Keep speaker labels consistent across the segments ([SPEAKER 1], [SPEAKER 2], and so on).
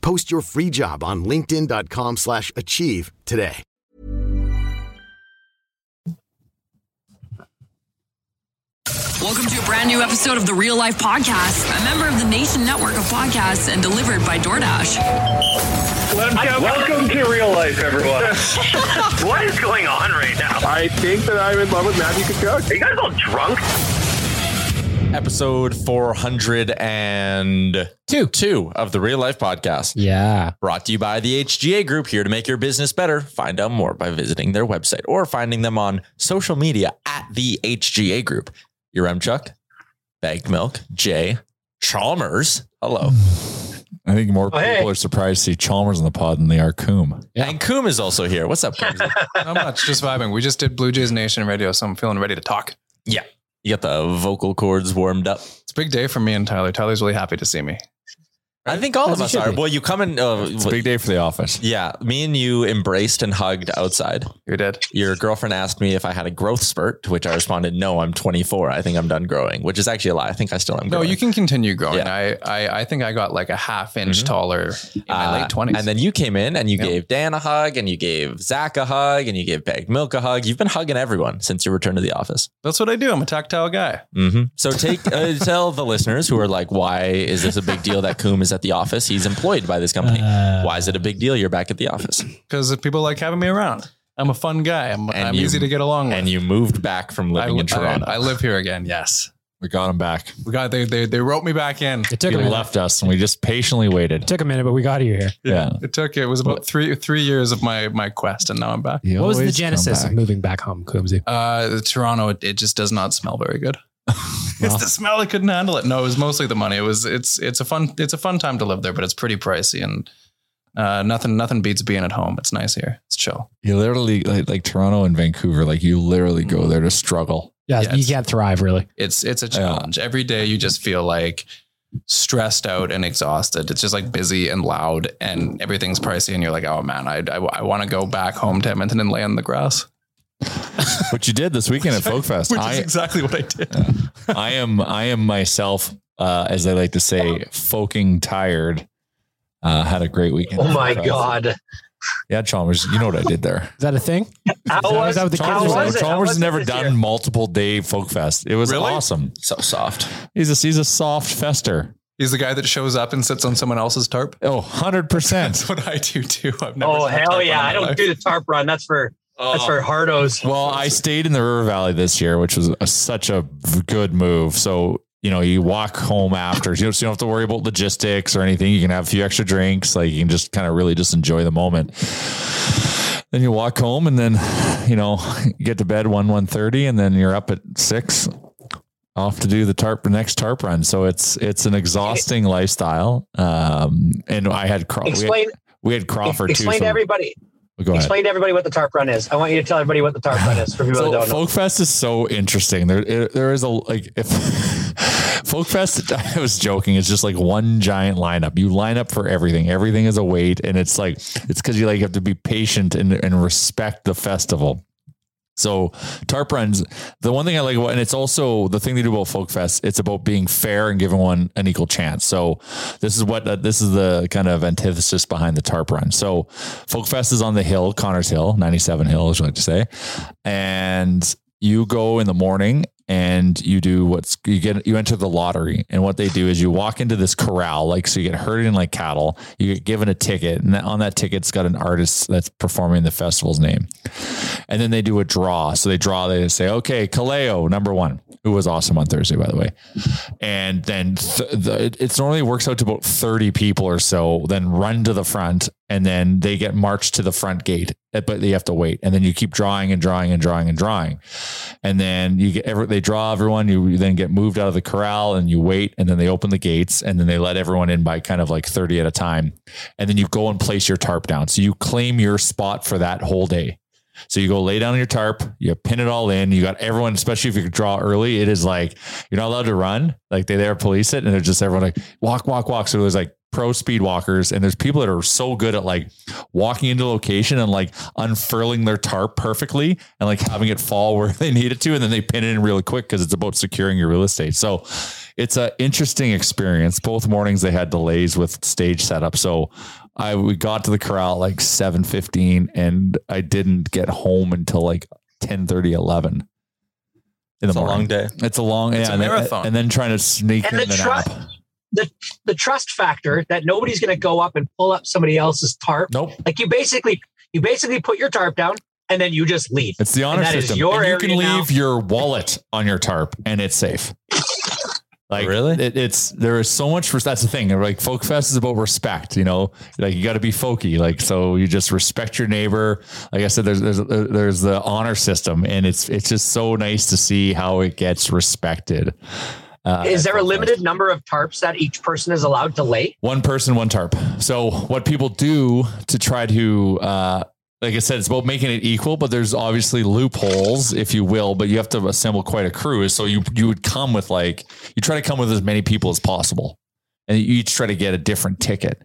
[SPEAKER 1] Post your free job on linkedin.com/achieve slash achieve today.
[SPEAKER 2] Welcome to a brand new episode of the Real Life Podcast, a member of the Nation Network of podcasts and delivered by DoorDash.
[SPEAKER 3] Welcome to real life, everyone.
[SPEAKER 4] What is going on right now?
[SPEAKER 3] I think that I'm in love with Matthew Kachuk.
[SPEAKER 4] Are you guys all drunk?
[SPEAKER 5] episode 402
[SPEAKER 6] Two.
[SPEAKER 5] two of the real life podcast
[SPEAKER 6] Yeah.
[SPEAKER 5] brought to you by the hga group here to make your business better find out more by visiting their website or finding them on social media at the hga group your m chuck bank milk jay chalmers hello
[SPEAKER 7] I think more
[SPEAKER 4] Oh, hey.
[SPEAKER 7] people are surprised to see Chalmers on the pod than they are Coombe.
[SPEAKER 6] Yeah.
[SPEAKER 5] and coom is also here what's up Coombs?
[SPEAKER 8] Not much, just vibing. We just did Blue Jays Nation radio, so I'm feeling ready to talk.
[SPEAKER 5] you got the vocal cords warmed up
[SPEAKER 8] It's a big day for me and Tyler. Tyler's really happy to see me.
[SPEAKER 5] i think all
[SPEAKER 6] As
[SPEAKER 5] of
[SPEAKER 6] you
[SPEAKER 5] us
[SPEAKER 6] should
[SPEAKER 5] are
[SPEAKER 6] be.
[SPEAKER 5] well you come and uh,
[SPEAKER 7] It's a big day for the office.
[SPEAKER 5] yeah me and you embraced and hugged outside
[SPEAKER 8] You did.
[SPEAKER 5] your girlfriend asked me if I had a growth spurt, to which I responded, "No, I'm 24. I think I'm done growing," which is actually a lie. I think I still am.
[SPEAKER 8] No,
[SPEAKER 5] growing.
[SPEAKER 8] you can continue growing.
[SPEAKER 5] Yeah.
[SPEAKER 8] I, I I think I got like a half inch
[SPEAKER 5] Mhm.
[SPEAKER 8] taller Mm-hmm. in my
[SPEAKER 5] Uh,
[SPEAKER 8] late twenties.
[SPEAKER 5] And then you came in and you
[SPEAKER 8] Yeah.
[SPEAKER 5] gave Dan a hug, and you gave Zach a hug, and you gave Bagged Milk a hug. You've been hugging everyone since your return to the office.
[SPEAKER 8] that's what I do. I'm a tactile guy.
[SPEAKER 5] hmm So take uh, tell the listeners who are like, "Why is this a big deal that Coom is at the office? He's employed by this company. Why is it a big deal? You're back at the office,
[SPEAKER 8] Because people like having me around. I'm a fun guy. I'm,
[SPEAKER 5] And
[SPEAKER 8] I'm
[SPEAKER 5] you-
[SPEAKER 8] easy to get along with.
[SPEAKER 5] and you moved back from
[SPEAKER 8] Uh, I,
[SPEAKER 5] living in
[SPEAKER 8] I-
[SPEAKER 5] Toronto.
[SPEAKER 8] I live here again. Yes.
[SPEAKER 7] We got him back.
[SPEAKER 8] We got they they they wrote me back in.
[SPEAKER 6] It took
[SPEAKER 7] He
[SPEAKER 6] a minute.
[SPEAKER 7] left us and we just patiently waited.
[SPEAKER 6] Took a minute, but we got you here.
[SPEAKER 7] Yeah.
[SPEAKER 8] It took it was about three three years of my my quest, and now I'm back.
[SPEAKER 7] He
[SPEAKER 6] what was the
[SPEAKER 7] always come
[SPEAKER 6] genesis of
[SPEAKER 7] back.
[SPEAKER 6] moving back home, Coombsy?
[SPEAKER 8] Uh, Toronto, it, it just does not smell very good.
[SPEAKER 6] Well.
[SPEAKER 8] it's the smell. I couldn't handle it. No, it was mostly the money. It was it's it's a fun it's a fun time to live there, but it's pretty pricey and uh, nothing nothing beats being at home. It's nice here. It's chill.
[SPEAKER 7] You literally like, like Toronto and Vancouver, like you literally go there to struggle.
[SPEAKER 6] Yeah,
[SPEAKER 8] Yeah,
[SPEAKER 6] you
[SPEAKER 8] it's-
[SPEAKER 6] can't thrive really.
[SPEAKER 8] It's it's a challenge. Every day you just feel like stressed out and exhausted. It's just like busy and loud and everything's pricey and you're like, oh man, I I, want to go back home to Edmonton and lay on the grass.
[SPEAKER 7] Which you did this weekend at Folk Fest.
[SPEAKER 8] Which
[SPEAKER 7] I,
[SPEAKER 8] is exactly what I did.
[SPEAKER 7] I am I am myself, uh, as I like to say, folking tired. Uh, had a great weekend.
[SPEAKER 4] Oh
[SPEAKER 7] at
[SPEAKER 4] my
[SPEAKER 7] Folk Fest.
[SPEAKER 4] god.
[SPEAKER 7] Yeah, Chalmers, you know what I did there.
[SPEAKER 6] Is that a thing?
[SPEAKER 4] How
[SPEAKER 6] that-
[SPEAKER 4] was,
[SPEAKER 6] is that what the kids
[SPEAKER 4] how
[SPEAKER 6] are
[SPEAKER 7] Chalmers,
[SPEAKER 6] saying?
[SPEAKER 4] was it? How
[SPEAKER 7] Chalmers
[SPEAKER 4] was
[SPEAKER 7] has
[SPEAKER 4] it
[SPEAKER 7] never
[SPEAKER 4] this
[SPEAKER 7] done
[SPEAKER 4] year?
[SPEAKER 7] multiple day folk fest. It was
[SPEAKER 8] Really?
[SPEAKER 7] awesome.
[SPEAKER 5] so soft.
[SPEAKER 7] He's a he's a soft fester.
[SPEAKER 8] He's the guy that shows up and sits on someone else's tarp.
[SPEAKER 7] Oh, 100%.
[SPEAKER 8] That's what I do too. I've never.
[SPEAKER 4] Oh
[SPEAKER 8] sat
[SPEAKER 4] hell
[SPEAKER 8] tarp
[SPEAKER 4] yeah.
[SPEAKER 8] on
[SPEAKER 4] I
[SPEAKER 8] my
[SPEAKER 4] don't
[SPEAKER 8] life.
[SPEAKER 4] do the tarp run. That's for
[SPEAKER 7] Oh.
[SPEAKER 4] that's for hardos.
[SPEAKER 7] Well, I stayed in the River Valley this year, which was a, such a v- good move. So, you know, you walk home after, you know, so you don't have to worry about logistics or anything. You can have a few extra drinks. Like you can just kind of really just enjoy the moment. then you walk home and then you know you get to bed 1 one thirty, and then you're up at 6 off to do the tarp the next tarp run so it's it's an exhausting lifestyle um and i had Craw- we had-
[SPEAKER 4] Explain-
[SPEAKER 7] we had, crawford
[SPEAKER 4] explain
[SPEAKER 7] too
[SPEAKER 4] to
[SPEAKER 7] from-
[SPEAKER 4] everybody.
[SPEAKER 7] go ahead
[SPEAKER 4] Explain to everybody what the tarp run is. I want you to tell everybody what the tarp run is for people
[SPEAKER 7] So
[SPEAKER 4] that don't know.
[SPEAKER 7] Folk Fest is so interesting. There, it, there is a like if Folk Fest. I was joking. It's just like one giant lineup. You line up for everything. Everything is a wait, and it's like it's because you like have to be patient and and respect the festival. So tarp runs. The one thing I like, about, and it's also the thing they do about Folk Fest. It's about being fair and giving one an equal chance. So this is what uh, this is the kind of antithesis behind the tarp run. So Folk Fest is on the hill, Connors Hill, ninety seven Hill, as you like to say, and you go in the morning and you do what's you get you enter the lottery and what they do is you walk into this corral like so you get herded in like cattle you get given a ticket and that, on that ticket's got an artist that's performing the festival's name and then they do a draw. So they draw, they say, okay, Kaleo, number one, who was awesome on Thursday, by the way. And then th- the, it- it's normally works out to about 30 people or so, then run to the front and then they get marched to the front gate, eh, but they have to wait. And then you keep drawing and drawing and drawing and drawing. And then you get, every, they draw everyone, you, you then get moved out of the corral and you wait. And then they open the gates and then they let everyone in by kind of like 30 at a time. And then you go and place your tarp down. So you claim your spot for that whole day. So you go lay down on your tarp, you pin it all in. You got everyone, especially if you draw early, it is like you're not allowed to run. Like they there police it, and they're just everyone like walk, walk, walk. So there's like pro speed walkers, and there's people that are so good at like walking into location and like unfurling their tarp perfectly and like having it fall where they need it to, and then they pin it in really quick because it's about securing your real estate. So it's a interesting experience. Both mornings they had delays with stage setup. So I we got to the corral at like 7:15 and I didn't get home until like 10:30 11 in
[SPEAKER 9] It's
[SPEAKER 7] the
[SPEAKER 9] a
[SPEAKER 7] morning.
[SPEAKER 9] long day.
[SPEAKER 7] It's a long yeah,
[SPEAKER 8] It's a
[SPEAKER 7] and then-
[SPEAKER 8] marathon.
[SPEAKER 7] and then trying to sneak
[SPEAKER 4] And
[SPEAKER 7] in
[SPEAKER 4] the
[SPEAKER 7] an
[SPEAKER 4] tri-
[SPEAKER 7] app.
[SPEAKER 4] the the trust factor that nobody's going to go up and pull up somebody else's tarp.
[SPEAKER 7] Nope.
[SPEAKER 4] Like you basically you basically put your tarp down and then you just leave.
[SPEAKER 7] It's the honor
[SPEAKER 4] that is
[SPEAKER 7] system.
[SPEAKER 4] your
[SPEAKER 7] and you can
[SPEAKER 4] area now.
[SPEAKER 7] leave your wallet on your tarp and it's safe. Like
[SPEAKER 9] Really?
[SPEAKER 7] it, it's there is so much. That's the thing. Like folk fest is about respect. You know, like you got to be folky. Like so, you just respect your neighbor. Like I said, there's there's there's the honor system, and it's it's just so nice to see how it gets respected. Uh,
[SPEAKER 4] is there a
[SPEAKER 7] Folk Fest.
[SPEAKER 4] limited number of tarps that each person is allowed to lay?
[SPEAKER 7] One person, one tarp. So what people do to try to, uh, like I said, it's about making it equal, but there's obviously loopholes, if you will. But you have to assemble quite a crew. So you you would come with like you try to come with as many people as possible, and you each try to get a different ticket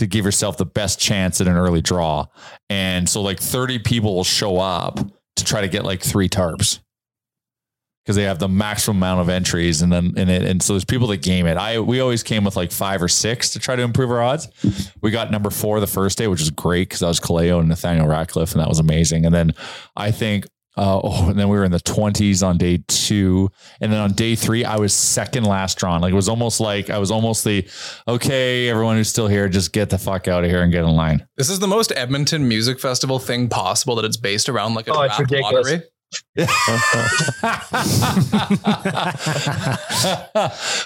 [SPEAKER 7] to give yourself the best chance at an early draw. And so like 30 people will show up to try to get like three tarps because they have the maximum amount of entries and then and it and so there's people that game it. I we always came with like five or six to try to improve our odds. We got number four the first day, which is great because that was Kaleo and Nathaniel Ratcliffe, and that was amazing. And then I think uh, oh, and then we were in the twenties on day two, and then on day three I was second last drawn. Like it was almost like I was almost the okay, everyone who's still here, just get the fuck out of here and get in line.
[SPEAKER 8] This is the most Edmonton music festival thing possible that it's based around like a
[SPEAKER 4] Oh, it's
[SPEAKER 8] draft
[SPEAKER 4] ridiculous.
[SPEAKER 8] lottery.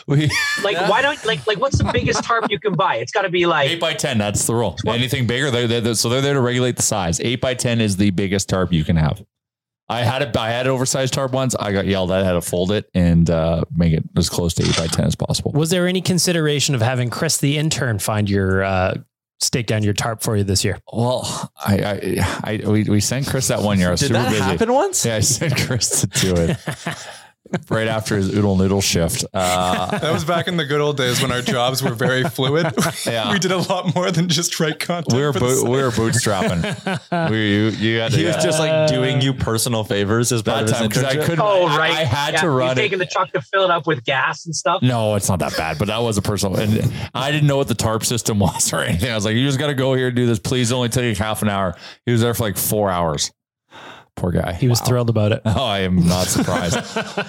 [SPEAKER 7] we
[SPEAKER 4] Like why don't like like what's the biggest tarp you can buy? It's got to be like
[SPEAKER 7] eight by ten. That's the rule. Anything bigger, they're, they're, so they're there to regulate the size. Eight by ten is the biggest tarp you can have. I had it. I had an oversized tarp once. I got yelled at. I had to fold it and uh, make it as close to eight by ten as possible.
[SPEAKER 2] Was there any consideration of having Chris the intern find your uh, stake down your tarp for you this year?
[SPEAKER 7] Well, I, I, I we, we sent Chris that one year. I was
[SPEAKER 9] Did
[SPEAKER 7] super
[SPEAKER 9] that
[SPEAKER 7] busy.
[SPEAKER 9] happen once?
[SPEAKER 7] Yeah, I sent Chris to do it right after his oodle noodle shift. Uh,
[SPEAKER 8] That was back in the good old days when our jobs were very fluid.
[SPEAKER 7] Yeah.
[SPEAKER 8] we did a lot more than just write content.
[SPEAKER 7] we were
[SPEAKER 8] for the
[SPEAKER 7] boot,
[SPEAKER 8] site.
[SPEAKER 7] we were bootstrapping. we you you had to,
[SPEAKER 9] He was
[SPEAKER 7] yeah.
[SPEAKER 9] just like doing you personal favors as part
[SPEAKER 7] that
[SPEAKER 9] of his
[SPEAKER 7] time because I
[SPEAKER 9] internship.
[SPEAKER 7] couldn't.
[SPEAKER 4] oh
[SPEAKER 7] I-
[SPEAKER 4] right,
[SPEAKER 7] I had
[SPEAKER 4] Yeah,
[SPEAKER 7] to
[SPEAKER 4] he's
[SPEAKER 7] run it.
[SPEAKER 4] taking the truck to fill it up with gas and stuff.
[SPEAKER 7] No, it's not that bad, but that was a personal. And I didn't know what the tarp system was or anything. I was like, you just got to go here and do this. Please only take half an hour. He was there for like four hours. Poor guy.
[SPEAKER 2] He was thrilled about it.
[SPEAKER 7] Oh, I am not surprised.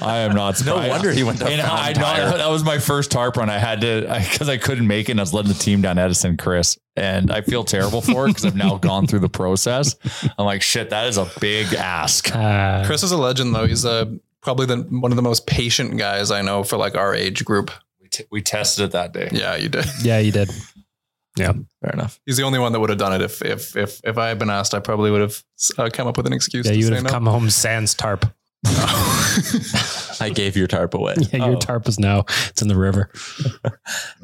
[SPEAKER 7] I am not surprised.
[SPEAKER 9] wonder he went to
[SPEAKER 7] And I,
[SPEAKER 9] Fountain
[SPEAKER 7] I-
[SPEAKER 9] Tire.
[SPEAKER 7] That was my first tarp run. I had to because I, couldn't make it. and I was letting the team down, Edison, Chris, and I feel terrible for it because I've now gone through the process. I'm like, shit, that is a big ask.
[SPEAKER 2] Uh,
[SPEAKER 8] Chris is a legend though. He's uh, probably the one of the most patient guys I know for like our age group.
[SPEAKER 7] We, t- we tested it that day.
[SPEAKER 8] Yeah, you did.
[SPEAKER 2] yeah, you did. Yeah.
[SPEAKER 9] Fair enough.
[SPEAKER 8] He's the only one that would have done it. If if if if I had been asked, I probably would have uh, come up with an excuse.
[SPEAKER 2] Yeah,
[SPEAKER 8] to
[SPEAKER 2] you would
[SPEAKER 8] say
[SPEAKER 2] have
[SPEAKER 8] no.
[SPEAKER 2] come home sans tarp.
[SPEAKER 9] I gave your tarp away.
[SPEAKER 2] Yeah, your tarp is now it's in the river.
[SPEAKER 7] Uh,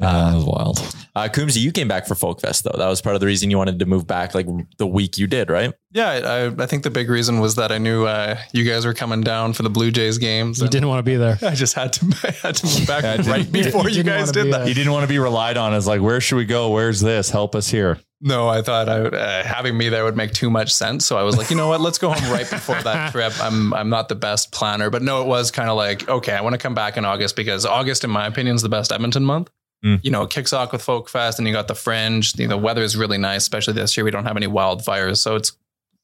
[SPEAKER 7] Oh. that was wild.
[SPEAKER 9] Uh, Coombsy, you came back for Folkfest though. That was part of the reason you wanted to move back, like the week you did, right?
[SPEAKER 8] Yeah, I- I I think the big reason was that I knew uh, you guys were coming down for the Blue Jays games.
[SPEAKER 2] You
[SPEAKER 8] and
[SPEAKER 2] didn't want to be there.
[SPEAKER 8] I just had to I had to move back
[SPEAKER 7] Yeah, I didn't-
[SPEAKER 8] right before you,
[SPEAKER 2] didn't
[SPEAKER 8] guys
[SPEAKER 2] wanna
[SPEAKER 8] did
[SPEAKER 2] be
[SPEAKER 8] that.
[SPEAKER 2] there.
[SPEAKER 7] He didn't want to be relied on as like, where should we go? Where's this? Help us here.
[SPEAKER 8] No, I thought I would, uh, having me there would make too much sense. So I was like, you know what? Let's go home right before that trip. I'm I'm not the best planner, but no, it was kind of like, okay, I want to come back in August because August, in my opinion, is the best Edmonton month.
[SPEAKER 7] Hmm.
[SPEAKER 9] Mm.
[SPEAKER 8] You know, it kicks off with Folk Fest, and you got the Fringe. The, the weather is really nice, especially this year. We don't have any wildfires, so it's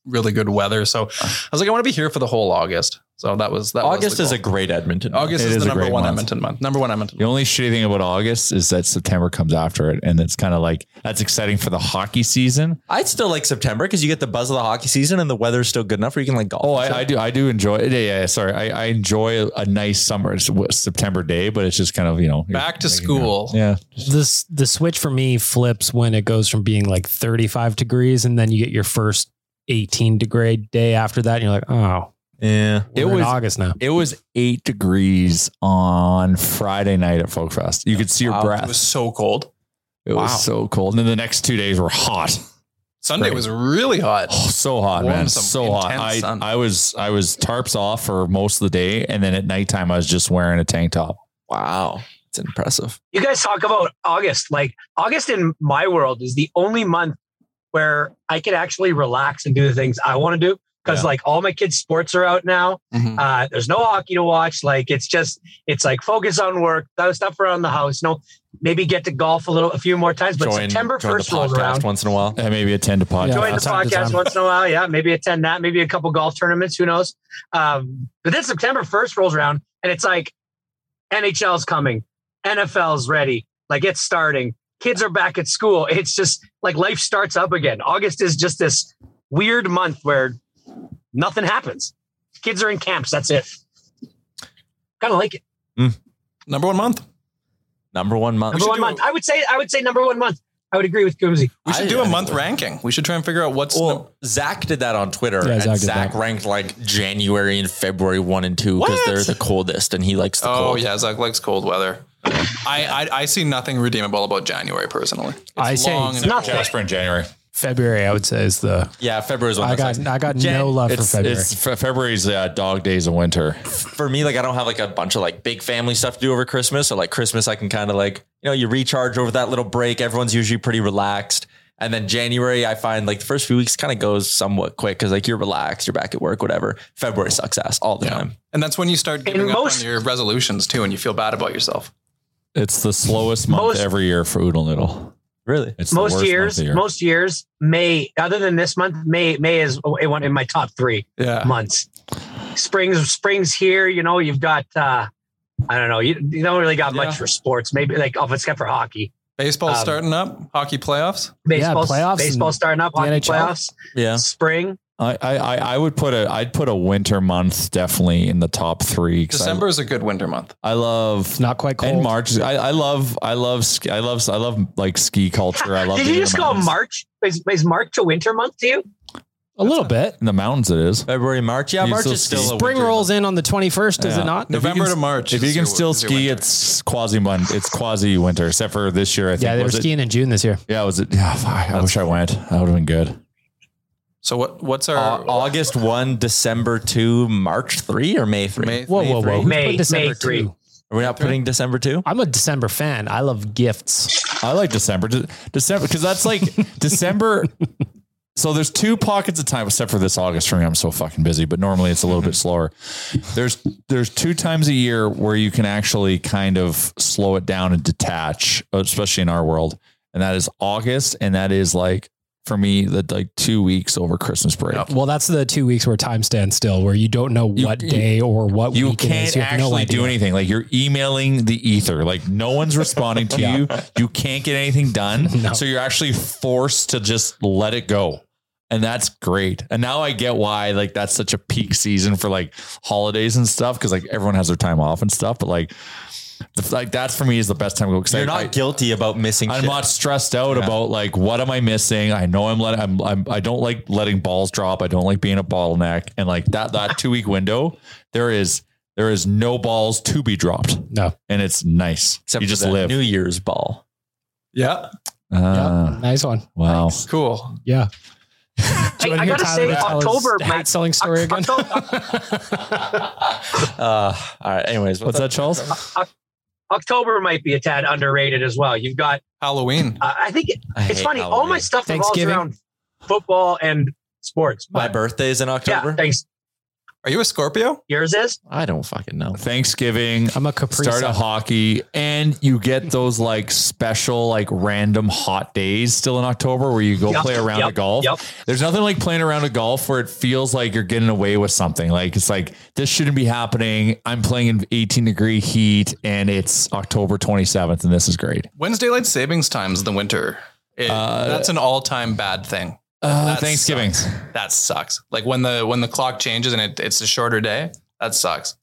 [SPEAKER 8] really good weather. So
[SPEAKER 7] Ah.
[SPEAKER 8] I was like, I want to be here for the whole August. So that was that. was
[SPEAKER 9] August
[SPEAKER 8] the
[SPEAKER 9] is a
[SPEAKER 8] goal.
[SPEAKER 9] great Edmonton.
[SPEAKER 8] August
[SPEAKER 7] It
[SPEAKER 8] is,
[SPEAKER 7] is
[SPEAKER 8] the
[SPEAKER 7] a
[SPEAKER 8] number
[SPEAKER 7] great
[SPEAKER 8] one
[SPEAKER 7] month.
[SPEAKER 8] Edmonton month. Number one Edmonton.
[SPEAKER 7] The only shitty thing about August is that September comes after it, and it's kind of like that's exciting for the hockey season.
[SPEAKER 9] I'd still like September because you get the buzz of the hockey season and the weather's still good enough where you can like golf.
[SPEAKER 7] Oh,
[SPEAKER 9] and shit.
[SPEAKER 7] I, I do, I do enjoy. Yeah, yeah. yeah, Sorry, I, I enjoy a, a nice summer it's w- September day, but it's just kind of you know
[SPEAKER 8] Back to school.
[SPEAKER 7] Yeah,
[SPEAKER 2] This the switch for me flips when it goes from being like 35 degrees and then you get your first 18 degree day after that and you're like, oh,
[SPEAKER 9] Yeah.
[SPEAKER 2] we're
[SPEAKER 7] It
[SPEAKER 2] in
[SPEAKER 7] was-
[SPEAKER 2] August now.
[SPEAKER 7] it was eight degrees on Friday night at Folk Fest. You could see your
[SPEAKER 9] Wow.
[SPEAKER 7] breath.
[SPEAKER 8] It was so cold.
[SPEAKER 7] It was
[SPEAKER 9] Wow.
[SPEAKER 7] so cold. And then the next two days were hot.
[SPEAKER 8] Sunday
[SPEAKER 7] Great.
[SPEAKER 8] was really hot.
[SPEAKER 7] Oh, so hot,
[SPEAKER 8] Warm,
[SPEAKER 7] man.
[SPEAKER 8] some
[SPEAKER 7] So hot.
[SPEAKER 8] intense
[SPEAKER 7] I,
[SPEAKER 8] sun.
[SPEAKER 7] I was I was tarps off for most of the day. And then at nighttime I was just wearing a tank top.
[SPEAKER 9] Wow. It's impressive.
[SPEAKER 4] you guys talk about August. Like August in my world is the only month where I can actually relax and do the things I want to do. Because
[SPEAKER 9] Yeah.
[SPEAKER 4] like all my kids' sports are out now.
[SPEAKER 8] Mhm.
[SPEAKER 9] Mm-hmm.
[SPEAKER 4] Uh, there's no hockey to watch. Like it's just it's like focus on work, that stuff around the house. No, maybe get to golf a little, a few more times. But September
[SPEAKER 9] join the
[SPEAKER 4] first rolls
[SPEAKER 9] podcast
[SPEAKER 4] around.
[SPEAKER 9] once in a while.
[SPEAKER 7] And Uh, maybe attend a podcast.
[SPEAKER 2] Yeah.
[SPEAKER 4] Join the
[SPEAKER 2] time to
[SPEAKER 4] podcast
[SPEAKER 2] time.
[SPEAKER 4] once in a while. Yeah, maybe attend that. Maybe a couple golf tournaments. Who knows? Um, but then September first rolls around, and it's like NHL's coming, NFL's ready, like it's starting. Kids are back at school. It's just like life starts up again. August is just this weird month where nothing happens. Kids are in camps. That's it. Kind of like it.
[SPEAKER 8] Number one month.
[SPEAKER 9] Number one month.
[SPEAKER 4] Number
[SPEAKER 8] should
[SPEAKER 4] one
[SPEAKER 8] do
[SPEAKER 4] month.
[SPEAKER 8] a-
[SPEAKER 4] I would say. I would say number one month. I would agree with Kumzi.
[SPEAKER 8] We should
[SPEAKER 9] I-
[SPEAKER 8] do a
[SPEAKER 9] I
[SPEAKER 8] month
[SPEAKER 9] would.
[SPEAKER 8] ranking. We should try and figure out what's
[SPEAKER 9] Well, Zach did that on Twitter,
[SPEAKER 2] Yeah,
[SPEAKER 9] and
[SPEAKER 2] Zach
[SPEAKER 9] Zach,
[SPEAKER 2] did that.
[SPEAKER 9] ranked like January and February one and two because
[SPEAKER 8] What?
[SPEAKER 9] they're the coldest, and he likes the
[SPEAKER 8] the, oh
[SPEAKER 9] cold.
[SPEAKER 8] yeah, Zach likes cold weather. I, I I see nothing redeemable about January personally. It's
[SPEAKER 2] I say
[SPEAKER 8] long and
[SPEAKER 4] nothing.
[SPEAKER 8] cold.
[SPEAKER 7] Jasper in January.
[SPEAKER 2] February, I would say, is the
[SPEAKER 9] yeah. February's one.
[SPEAKER 2] I
[SPEAKER 9] that's
[SPEAKER 2] got
[SPEAKER 9] like-
[SPEAKER 2] I got
[SPEAKER 9] Jan-
[SPEAKER 2] no love for
[SPEAKER 7] It's,
[SPEAKER 2] February.
[SPEAKER 7] it's Fe- February's uh, dog days of winter.
[SPEAKER 9] for me, like I don't have like a bunch of like big family stuff to do over Christmas. So like Christmas, I can kind of like you know you recharge over that little break. Everyone's usually pretty relaxed, and then January, I find like the first few weeks kind of goes somewhat quick because like you're relaxed, you're back at work, whatever. February sucks ass all the
[SPEAKER 8] Yeah.
[SPEAKER 9] time.
[SPEAKER 8] And that's when you start giving up
[SPEAKER 4] most-
[SPEAKER 8] on your resolutions too, and you feel bad about yourself.
[SPEAKER 7] It's the slowest month
[SPEAKER 4] Most-
[SPEAKER 7] every year for Oodle Noodle.
[SPEAKER 9] Really,
[SPEAKER 7] It's the
[SPEAKER 4] most
[SPEAKER 7] worst month
[SPEAKER 4] years,
[SPEAKER 7] of the year.
[SPEAKER 4] most years, May. Other than this month, May May is one in my top three.
[SPEAKER 8] Yeah.
[SPEAKER 4] months. Springs, springs here. You know, you've got. uh I don't know. You, you don't really got
[SPEAKER 8] Yeah.
[SPEAKER 4] much for sports. Maybe like off except for hockey,
[SPEAKER 8] Baseball
[SPEAKER 4] Um,
[SPEAKER 8] starting up, hockey playoffs.
[SPEAKER 2] Yeah,
[SPEAKER 4] baseball,
[SPEAKER 2] playoffs
[SPEAKER 4] baseball
[SPEAKER 2] and
[SPEAKER 4] starting up,
[SPEAKER 2] the
[SPEAKER 4] hockey
[SPEAKER 2] NHL.
[SPEAKER 4] playoffs,
[SPEAKER 9] yeah.
[SPEAKER 4] spring.
[SPEAKER 7] I, I I- I would put a I'd put a winter month definitely in the top three. 'cause I-
[SPEAKER 8] December is a good winter month.
[SPEAKER 7] I love
[SPEAKER 2] it's not quite cold.
[SPEAKER 7] And March, I, I love, I love, ski- I love, I love like ski culture. I love.
[SPEAKER 4] Did
[SPEAKER 7] being
[SPEAKER 4] you
[SPEAKER 7] in
[SPEAKER 4] just
[SPEAKER 7] the
[SPEAKER 4] go
[SPEAKER 7] mountains.
[SPEAKER 4] March? Is, is March a winter month to you?
[SPEAKER 2] a little bit.
[SPEAKER 7] In the mountains, it is.
[SPEAKER 9] February, March, yeah,
[SPEAKER 7] You
[SPEAKER 9] March
[SPEAKER 7] still
[SPEAKER 9] is still
[SPEAKER 7] see-
[SPEAKER 9] a
[SPEAKER 2] Spring
[SPEAKER 9] winter
[SPEAKER 2] rolls in on the 21st, is
[SPEAKER 7] Yeah.
[SPEAKER 2] it not?
[SPEAKER 7] If you
[SPEAKER 8] November
[SPEAKER 7] can-
[SPEAKER 8] to March.
[SPEAKER 7] If
[SPEAKER 8] is
[SPEAKER 7] you can
[SPEAKER 8] your-
[SPEAKER 7] still
[SPEAKER 8] is your
[SPEAKER 7] ski,
[SPEAKER 8] winter.
[SPEAKER 7] it's quasi mon. It's quasi winter, except for this year. I think.
[SPEAKER 2] Yeah, they were
[SPEAKER 7] was it?
[SPEAKER 2] skiing in June this year.
[SPEAKER 7] Yeah, was it? Yeah, fuck, I wish I went. That would have been good.
[SPEAKER 8] so what? What's
[SPEAKER 9] Au-
[SPEAKER 8] our
[SPEAKER 9] August one, December two, March three, or May three.
[SPEAKER 8] May?
[SPEAKER 2] Whoa,
[SPEAKER 8] May
[SPEAKER 2] whoa,
[SPEAKER 8] three?
[SPEAKER 2] whoa. Who's
[SPEAKER 4] May-
[SPEAKER 2] put December
[SPEAKER 4] May three.
[SPEAKER 2] two?
[SPEAKER 9] Are we not putting December two?
[SPEAKER 2] I'm a December fan. I love gifts.
[SPEAKER 7] I like December, De- December, because that's like December. So there's two pockets of time, except for this August for me. I'm so fucking busy, but normally it's a little bit slower. There's there's two times a year where you can actually kind of slow it down and detach, especially in our world, and that is August, and that is like for me the like two weeks over Christmas break.
[SPEAKER 2] Well, that's the two weeks where time stands still, where you don't know
[SPEAKER 7] You-
[SPEAKER 2] what day or what
[SPEAKER 7] You
[SPEAKER 2] week it
[SPEAKER 7] can't
[SPEAKER 2] is. You have no
[SPEAKER 7] actually do
[SPEAKER 2] idea.
[SPEAKER 7] anything. Like you're emailing the ether. Like no one's responding to you. You can't get anything done.
[SPEAKER 2] No.
[SPEAKER 7] So you're actually forced to just let it go. And that's great. And now I get why like that's such a peak season for like holidays and stuff because like everyone has their time off and stuff. But like The- Like that's for me is the best time to go. 'cause I-
[SPEAKER 9] You're not
[SPEAKER 7] I-
[SPEAKER 9] guilty about missing.
[SPEAKER 7] I'm
[SPEAKER 9] shit.
[SPEAKER 7] not stressed out
[SPEAKER 9] Yeah.
[SPEAKER 7] about like what am I missing. I know I'm letting I'm, I'm I don't like letting balls drop. I don't like being a bottleneck. And like that that two week window, there is there is no balls to be dropped,
[SPEAKER 2] No.
[SPEAKER 7] and it's nice.
[SPEAKER 9] Except
[SPEAKER 7] you
[SPEAKER 9] for
[SPEAKER 7] just
[SPEAKER 9] that
[SPEAKER 7] live.
[SPEAKER 9] New Year's ball.
[SPEAKER 8] Yeah.
[SPEAKER 7] Ah,
[SPEAKER 2] Yeah, nice one.
[SPEAKER 7] Wow.
[SPEAKER 8] Cool.
[SPEAKER 2] Yeah.
[SPEAKER 4] Hey, I gotta say, October
[SPEAKER 2] hat
[SPEAKER 4] might-
[SPEAKER 2] selling story again.
[SPEAKER 9] Uh, all right. Anyways,
[SPEAKER 7] What's that, Charles?
[SPEAKER 4] October might be a tad underrated as well. You've got,
[SPEAKER 8] Halloween.
[SPEAKER 4] uh, I think it-
[SPEAKER 9] I
[SPEAKER 4] it's
[SPEAKER 9] hate
[SPEAKER 4] funny. All
[SPEAKER 9] Halloween.
[SPEAKER 4] my stuff revolves
[SPEAKER 2] Thanksgiving.
[SPEAKER 4] around football and sports.
[SPEAKER 9] My
[SPEAKER 4] But
[SPEAKER 9] birthday is in October.
[SPEAKER 4] yeah, thanks.
[SPEAKER 8] Are you a Scorpio?
[SPEAKER 4] Yours is?
[SPEAKER 9] I don't fucking know.
[SPEAKER 7] Thanksgiving.
[SPEAKER 2] I'm a Capri.
[SPEAKER 7] Start
[SPEAKER 2] Sun.
[SPEAKER 7] a hockey, and you get those like special, like random hot days still in October where you go
[SPEAKER 4] Yep,
[SPEAKER 7] play around
[SPEAKER 4] yep,
[SPEAKER 7] a golf.
[SPEAKER 4] yep.
[SPEAKER 7] There's nothing like playing around a golf where it feels like you're getting away with something. Like it's like this shouldn't be happening. I'm playing in 18 degree heat, and it's October 27th, and this is great.
[SPEAKER 8] When's daylight savings times in the winter? It-
[SPEAKER 2] Uh,
[SPEAKER 8] that's an all time bad thing.
[SPEAKER 7] Uh,
[SPEAKER 8] That
[SPEAKER 7] Thanksgiving.
[SPEAKER 8] sucks. That sucks. Like when the when the clock changes and it, it's a shorter day, that sucks.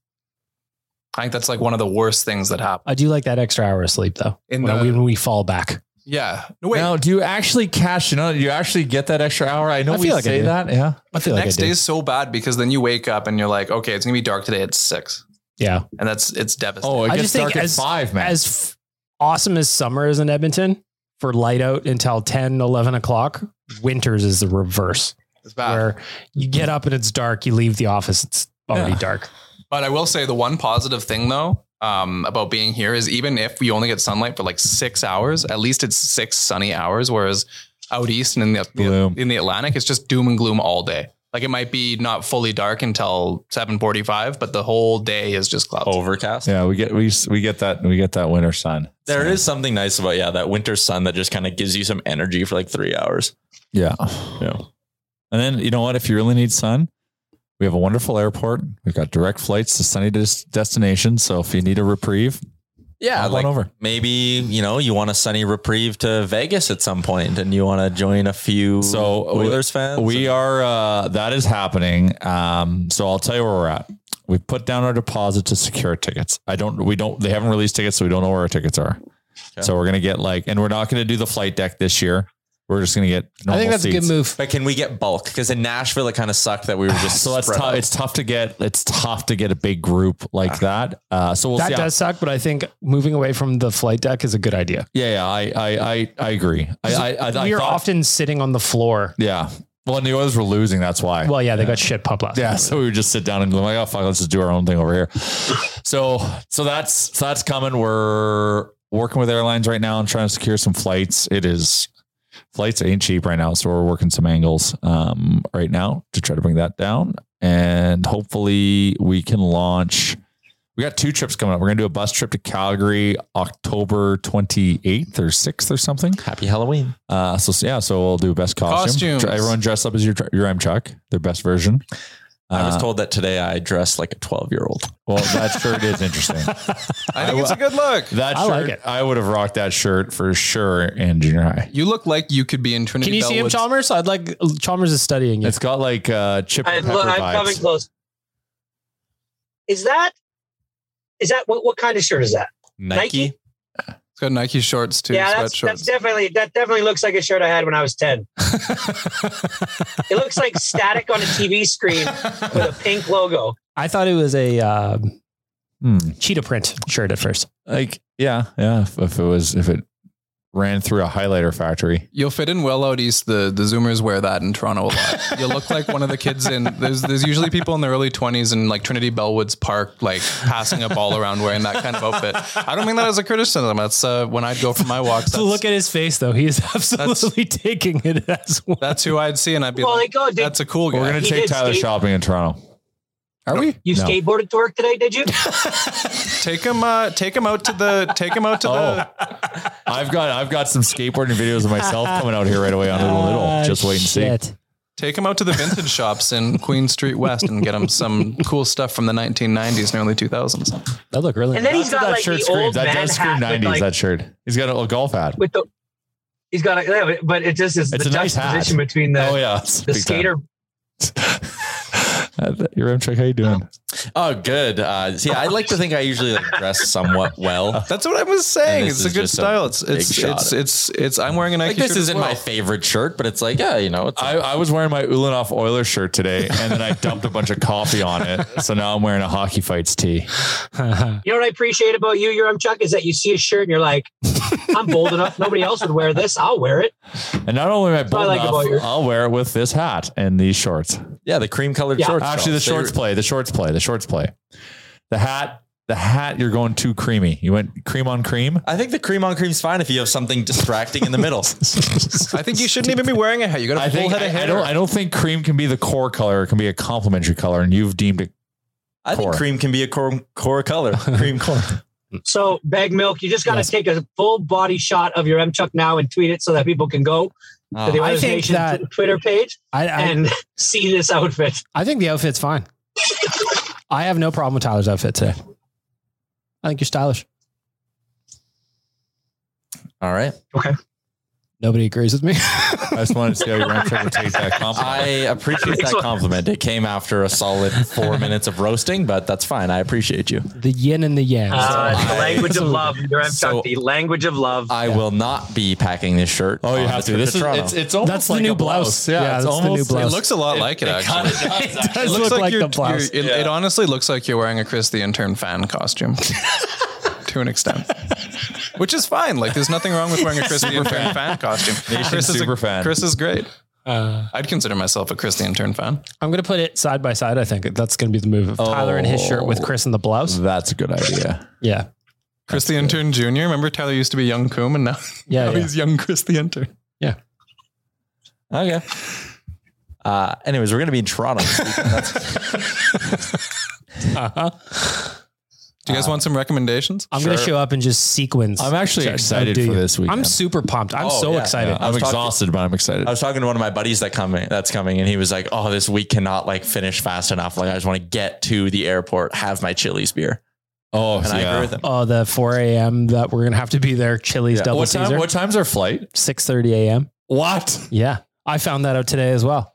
[SPEAKER 8] I think that's like one of the worst things that happen.
[SPEAKER 2] I do like that extra hour of sleep though.
[SPEAKER 8] In
[SPEAKER 2] when,
[SPEAKER 8] the-
[SPEAKER 2] we, when we fall back,
[SPEAKER 8] Yeah. No, wait.
[SPEAKER 7] Now, do you actually cash in? on it? Do you actually get that extra hour? I know
[SPEAKER 2] I
[SPEAKER 7] we
[SPEAKER 2] feel like I
[SPEAKER 7] say
[SPEAKER 2] do.
[SPEAKER 7] that. Yeah.
[SPEAKER 2] I feel
[SPEAKER 8] the
[SPEAKER 2] like I
[SPEAKER 8] next
[SPEAKER 2] do.
[SPEAKER 8] day is so bad because then you wake up and you're like, okay, it's gonna be dark today at six,
[SPEAKER 2] Yeah.
[SPEAKER 8] and that's it's devastating.
[SPEAKER 7] Oh, it
[SPEAKER 2] I
[SPEAKER 7] gets
[SPEAKER 2] just think
[SPEAKER 7] dark at
[SPEAKER 2] as-
[SPEAKER 7] five, man.
[SPEAKER 2] As f- awesome as summer is in Edmonton for light out until 10, 11 o'clock, winters is the reverse
[SPEAKER 8] it's bad.
[SPEAKER 2] where you get up and it's dark. You leave the office. It's already
[SPEAKER 7] Yeah.
[SPEAKER 2] dark.
[SPEAKER 8] But I will say the one positive thing though um, about being here is even if we only get sunlight for like six hours, at least it's six sunny hours. Whereas out east and in the,
[SPEAKER 7] Gloom.
[SPEAKER 8] in the Atlantic, it's just doom and gloom all day. Like it might be not fully dark until seven forty-five, but the whole day is just clouds.
[SPEAKER 9] Overcast.
[SPEAKER 7] yeah, we get we we get that we get that winter sun.
[SPEAKER 9] There is something nice about yeah that winter sun that just kind of gives you some energy for like three hours.
[SPEAKER 7] Yeah.
[SPEAKER 9] Yeah.
[SPEAKER 7] And then you know what? If you really need sun, we have a wonderful airport. We've got direct flights to sunny des- destinations. So if you need a reprieve,
[SPEAKER 9] Yeah,
[SPEAKER 7] hop
[SPEAKER 9] like
[SPEAKER 7] on over.
[SPEAKER 9] maybe you know you want a sunny reprieve to Vegas at some point, and you want to join a few
[SPEAKER 7] So,
[SPEAKER 9] Oilers fans.
[SPEAKER 7] We are uh, that is happening. Um, so I'll tell you where we're at. We've put down our deposit to secure tickets. I don't. We don't. They haven't released tickets, so we don't know where our tickets are. So we're gonna get like, and we're not gonna do the flight deck this year. We're just gonna
[SPEAKER 2] I
[SPEAKER 7] get.
[SPEAKER 2] think
[SPEAKER 7] normal
[SPEAKER 2] that's a
[SPEAKER 7] seats.
[SPEAKER 2] good move.
[SPEAKER 9] but can we get bulk? Because in Nashville, it kind of sucked that we were just
[SPEAKER 7] So that's
[SPEAKER 9] spread
[SPEAKER 7] tough.
[SPEAKER 9] out. Ah.
[SPEAKER 7] It's tough to get. It's tough to get a big group like that. Uh, so we'll
[SPEAKER 2] that
[SPEAKER 7] see. how-
[SPEAKER 2] does suck, but I think moving away from the flight deck is a good idea.
[SPEAKER 7] Yeah, yeah, I, I, I, I agree. I, I, I, I
[SPEAKER 2] we are
[SPEAKER 7] thought-
[SPEAKER 2] often sitting on the floor.
[SPEAKER 7] yeah. Well, and the Oilers were losing. That's why.
[SPEAKER 2] Well, yeah, they got shit pumped last.
[SPEAKER 7] yeah. So we would just sit down and go like, oh fuck, let's just do our own thing over here. so, so that's so that's coming. We're working with airlines right now and trying to secure some flights. It is flights ain't cheap right now, so we're working some angles um, right now to try to bring that down, and hopefully we can launch. We got two trips coming up. We're gonna do a bus trip to Calgary, October twenty eighth or sixth or something.
[SPEAKER 9] Happy Halloween.
[SPEAKER 7] Uh, so so yeah, so we'll do best costume.
[SPEAKER 8] Costumes.
[SPEAKER 7] Tr- Everyone dress up as your tr- your M Chuck, their best version.
[SPEAKER 9] I was
[SPEAKER 7] Uh,
[SPEAKER 9] told that today I dressed like a twelve-year-old.
[SPEAKER 7] Well, that shirt is interesting.
[SPEAKER 8] I think it's a good look.
[SPEAKER 7] That
[SPEAKER 2] I
[SPEAKER 7] shirt,
[SPEAKER 2] like it.
[SPEAKER 7] I would have rocked that shirt for sure in junior high.
[SPEAKER 8] You look like you could be in Trinity.
[SPEAKER 2] Can you see him,
[SPEAKER 8] Bellwoods.
[SPEAKER 2] Chalmers? I'd like Chalmers is studying you.
[SPEAKER 7] It's got like uh, chip
[SPEAKER 4] I,
[SPEAKER 7] and pepper
[SPEAKER 4] look, I'm coming
[SPEAKER 7] vibes.
[SPEAKER 4] close. Is that, is that, what, what kind of shirt is that? Nike?
[SPEAKER 8] It's got Nike shorts too.
[SPEAKER 4] yeah, that's, that's
[SPEAKER 8] sweatshorts.
[SPEAKER 4] definitely, that definitely looks like a shirt I had when I was 10. it looks like static on a TV screen with a pink logo.
[SPEAKER 2] I thought it was a um
[SPEAKER 7] Hmm.
[SPEAKER 2] cheetah print shirt at first.
[SPEAKER 7] Like yeah, yeah. If, if it was if it ran through a highlighter factory,
[SPEAKER 8] You'll fit in well out east. The the Zoomers wear that in Toronto a lot. You look like one of the kids in there's there's usually people in their early twenties in like Trinity Bellwoods Park, like passing a ball around wearing that kind of outfit. I don't mean that as a criticism. That's uh, when I'd go for my walks. That's,
[SPEAKER 2] Look at his face though; he is absolutely taking it as well.
[SPEAKER 8] that's who I'd see, and I'd be
[SPEAKER 4] Well,
[SPEAKER 8] like,
[SPEAKER 4] they go, dude.
[SPEAKER 8] "That's a cool guy."
[SPEAKER 7] we're gonna
[SPEAKER 4] He
[SPEAKER 7] take
[SPEAKER 4] did
[SPEAKER 7] Tyler
[SPEAKER 4] skate-
[SPEAKER 7] shopping in Toronto. Are we?
[SPEAKER 4] You
[SPEAKER 7] No.
[SPEAKER 4] skateboarded to work today, did you?
[SPEAKER 8] take him. Uh, take him out to the. Take him out to
[SPEAKER 2] Oh.
[SPEAKER 8] the.
[SPEAKER 7] Oh. I've got I've got some skateboarding videos of myself coming out here right away on Little Little. Just wait and see.
[SPEAKER 2] see.
[SPEAKER 8] Take him out to the vintage shops in Queen Street West and get him some cool stuff from the 1990s and early 2000s.
[SPEAKER 2] That look really.
[SPEAKER 4] And then he's
[SPEAKER 7] That's what
[SPEAKER 4] got
[SPEAKER 7] that
[SPEAKER 4] like
[SPEAKER 7] shirt
[SPEAKER 4] the
[SPEAKER 7] screams.
[SPEAKER 4] old
[SPEAKER 7] That
[SPEAKER 4] man
[SPEAKER 7] does scream
[SPEAKER 4] hat with,
[SPEAKER 7] 90s,
[SPEAKER 4] like,
[SPEAKER 7] that shirt. He's got a little golf hat.
[SPEAKER 4] with the he's got a yeah, but it just is
[SPEAKER 7] It's
[SPEAKER 4] the
[SPEAKER 7] a nice hat.
[SPEAKER 4] juxtaposition between the
[SPEAKER 7] oh, yeah.
[SPEAKER 4] the skater
[SPEAKER 7] Uh, Remchick, how you doing?
[SPEAKER 5] Oh, good. Uh, see, I like to think I usually like, dress somewhat well.
[SPEAKER 8] That's what I was saying.
[SPEAKER 5] And this
[SPEAKER 8] It's a
[SPEAKER 5] is
[SPEAKER 8] good
[SPEAKER 5] just a
[SPEAKER 8] style. It's
[SPEAKER 5] big
[SPEAKER 8] it's
[SPEAKER 5] shot
[SPEAKER 8] it's,
[SPEAKER 5] at it.
[SPEAKER 8] it's it's I'm wearing a Nike
[SPEAKER 5] Like this
[SPEAKER 8] shirt as
[SPEAKER 5] isn't
[SPEAKER 8] well.
[SPEAKER 5] my favorite shirt, but it's like yeah, you know, it's
[SPEAKER 7] I, I was wearing my Ulanoff Oiler shirt today, and then I dumped a bunch of coffee on it. So now I'm wearing a hockey fights tee.
[SPEAKER 4] You know what I appreciate about you, your M Chuck, is that you see a shirt and you're like, I'm bold enough. Nobody else would wear this. I'll wear it.
[SPEAKER 7] And not only am I
[SPEAKER 4] what I
[SPEAKER 7] bold
[SPEAKER 4] like about your-
[SPEAKER 7] enough, I'll wear it with this hat and these shorts.
[SPEAKER 5] yeah, the cream colored
[SPEAKER 4] Yeah.
[SPEAKER 5] shorts.
[SPEAKER 7] Actually, the
[SPEAKER 5] They were-
[SPEAKER 7] shorts play. The shorts play. The shorts play. The hat. The hat. You're going too creamy. You went cream on cream.
[SPEAKER 5] I think the cream on cream's fine if you have something distracting in the middle.
[SPEAKER 8] I think you shouldn't even be wearing a hat. You got a
[SPEAKER 7] I
[SPEAKER 8] full
[SPEAKER 7] think
[SPEAKER 8] head of
[SPEAKER 7] I,
[SPEAKER 8] hair.
[SPEAKER 7] I don't. I don't think cream can be the core color. It can be a complementary color, and you've deemed it.
[SPEAKER 5] I think
[SPEAKER 7] Core.
[SPEAKER 5] cream can be a core, core color. Cream core.
[SPEAKER 4] So, Bag Milk, you just got to
[SPEAKER 7] Yes.
[SPEAKER 4] take a full body shot of your M Chuck now and tweet it so that people can go to the
[SPEAKER 2] I
[SPEAKER 4] Oilers
[SPEAKER 2] think
[SPEAKER 4] Nation
[SPEAKER 2] that-
[SPEAKER 4] Twitter page
[SPEAKER 2] Oh. I, I,
[SPEAKER 4] and see this outfit.
[SPEAKER 2] I think the outfit's fine. I have no problem with Tyler's outfit today. I think you're stylish.
[SPEAKER 5] All right.
[SPEAKER 2] Nobody agrees with me.
[SPEAKER 7] I just wanted to see how you were to take that compliment.
[SPEAKER 5] I appreciate that compliment. It came after a solid four minutes of roasting, but that's fine. I appreciate you.
[SPEAKER 2] the yin and the yang.
[SPEAKER 4] Uh,
[SPEAKER 5] So
[SPEAKER 4] the
[SPEAKER 5] I-
[SPEAKER 4] language of
[SPEAKER 5] so-
[SPEAKER 4] love, your M Chuck,
[SPEAKER 5] so-
[SPEAKER 4] the language of love.
[SPEAKER 5] I will not be packing this shirt.
[SPEAKER 7] Oh, you
[SPEAKER 5] on
[SPEAKER 7] have
[SPEAKER 5] the
[SPEAKER 7] to.
[SPEAKER 5] trip
[SPEAKER 7] This is
[SPEAKER 5] Toronto.
[SPEAKER 7] it's, it's almost
[SPEAKER 2] That's the
[SPEAKER 7] like
[SPEAKER 2] new
[SPEAKER 7] a
[SPEAKER 2] blouse. Yeah,
[SPEAKER 7] it's
[SPEAKER 2] that's the new blouse.
[SPEAKER 8] It looks a lot like it, actually.
[SPEAKER 7] It
[SPEAKER 5] It
[SPEAKER 7] does
[SPEAKER 2] does look like the blouse.
[SPEAKER 8] It, it honestly looks like you're wearing a Chris the Intern fan costume. To an extent, which is fine. Like, there's nothing wrong with wearing a Chris the Intern fan costume. Chris is a-
[SPEAKER 7] super fan.
[SPEAKER 8] Chris is great.
[SPEAKER 2] Uh,
[SPEAKER 8] I'd consider myself a Chris the Intern fan. Oh.
[SPEAKER 2] I'm gonna put it side by side. I think that's gonna be the move of Tyler in his shirt with Chris in the blouse.
[SPEAKER 7] Oh, That's a good idea.
[SPEAKER 2] Yeah,
[SPEAKER 8] Chris the Intern Jr. Remember Tyler used to be young Coom and now,
[SPEAKER 2] yeah,
[SPEAKER 8] now
[SPEAKER 2] yeah.
[SPEAKER 8] he's young Chris the Intern.
[SPEAKER 5] Okay. Uh, anyways, we're gonna be in Toronto. this weekend. That's-
[SPEAKER 2] Uh-huh.
[SPEAKER 8] Do you guys want some recommendations?
[SPEAKER 2] I'm gonna show up and just sequence.
[SPEAKER 7] I'm actually
[SPEAKER 2] Check-
[SPEAKER 7] excited
[SPEAKER 2] Oh, do
[SPEAKER 7] for
[SPEAKER 2] you?
[SPEAKER 7] this weekend.
[SPEAKER 2] I'm super pumped. I'm
[SPEAKER 5] Oh,
[SPEAKER 2] so
[SPEAKER 5] yeah,
[SPEAKER 2] excited.
[SPEAKER 5] yeah.
[SPEAKER 7] I'm
[SPEAKER 5] was talking-
[SPEAKER 7] exhausted, but I'm excited.
[SPEAKER 5] I was talking to one of my buddies that coming that's coming, and he was like, "Oh, this week cannot like finish fast enough. Like, I just want to get to the airport, have my Chili's beer."
[SPEAKER 7] oh,
[SPEAKER 5] And I
[SPEAKER 7] yeah.
[SPEAKER 5] agree with him.
[SPEAKER 2] Oh, the 4 a.m. that we're gonna have to be there. Chili's
[SPEAKER 5] Yeah.
[SPEAKER 2] double
[SPEAKER 7] What
[SPEAKER 2] Caesar.
[SPEAKER 7] time? What time's our flight?
[SPEAKER 2] 6:30 a.m.
[SPEAKER 7] What?
[SPEAKER 2] Yeah, I found that out today as well.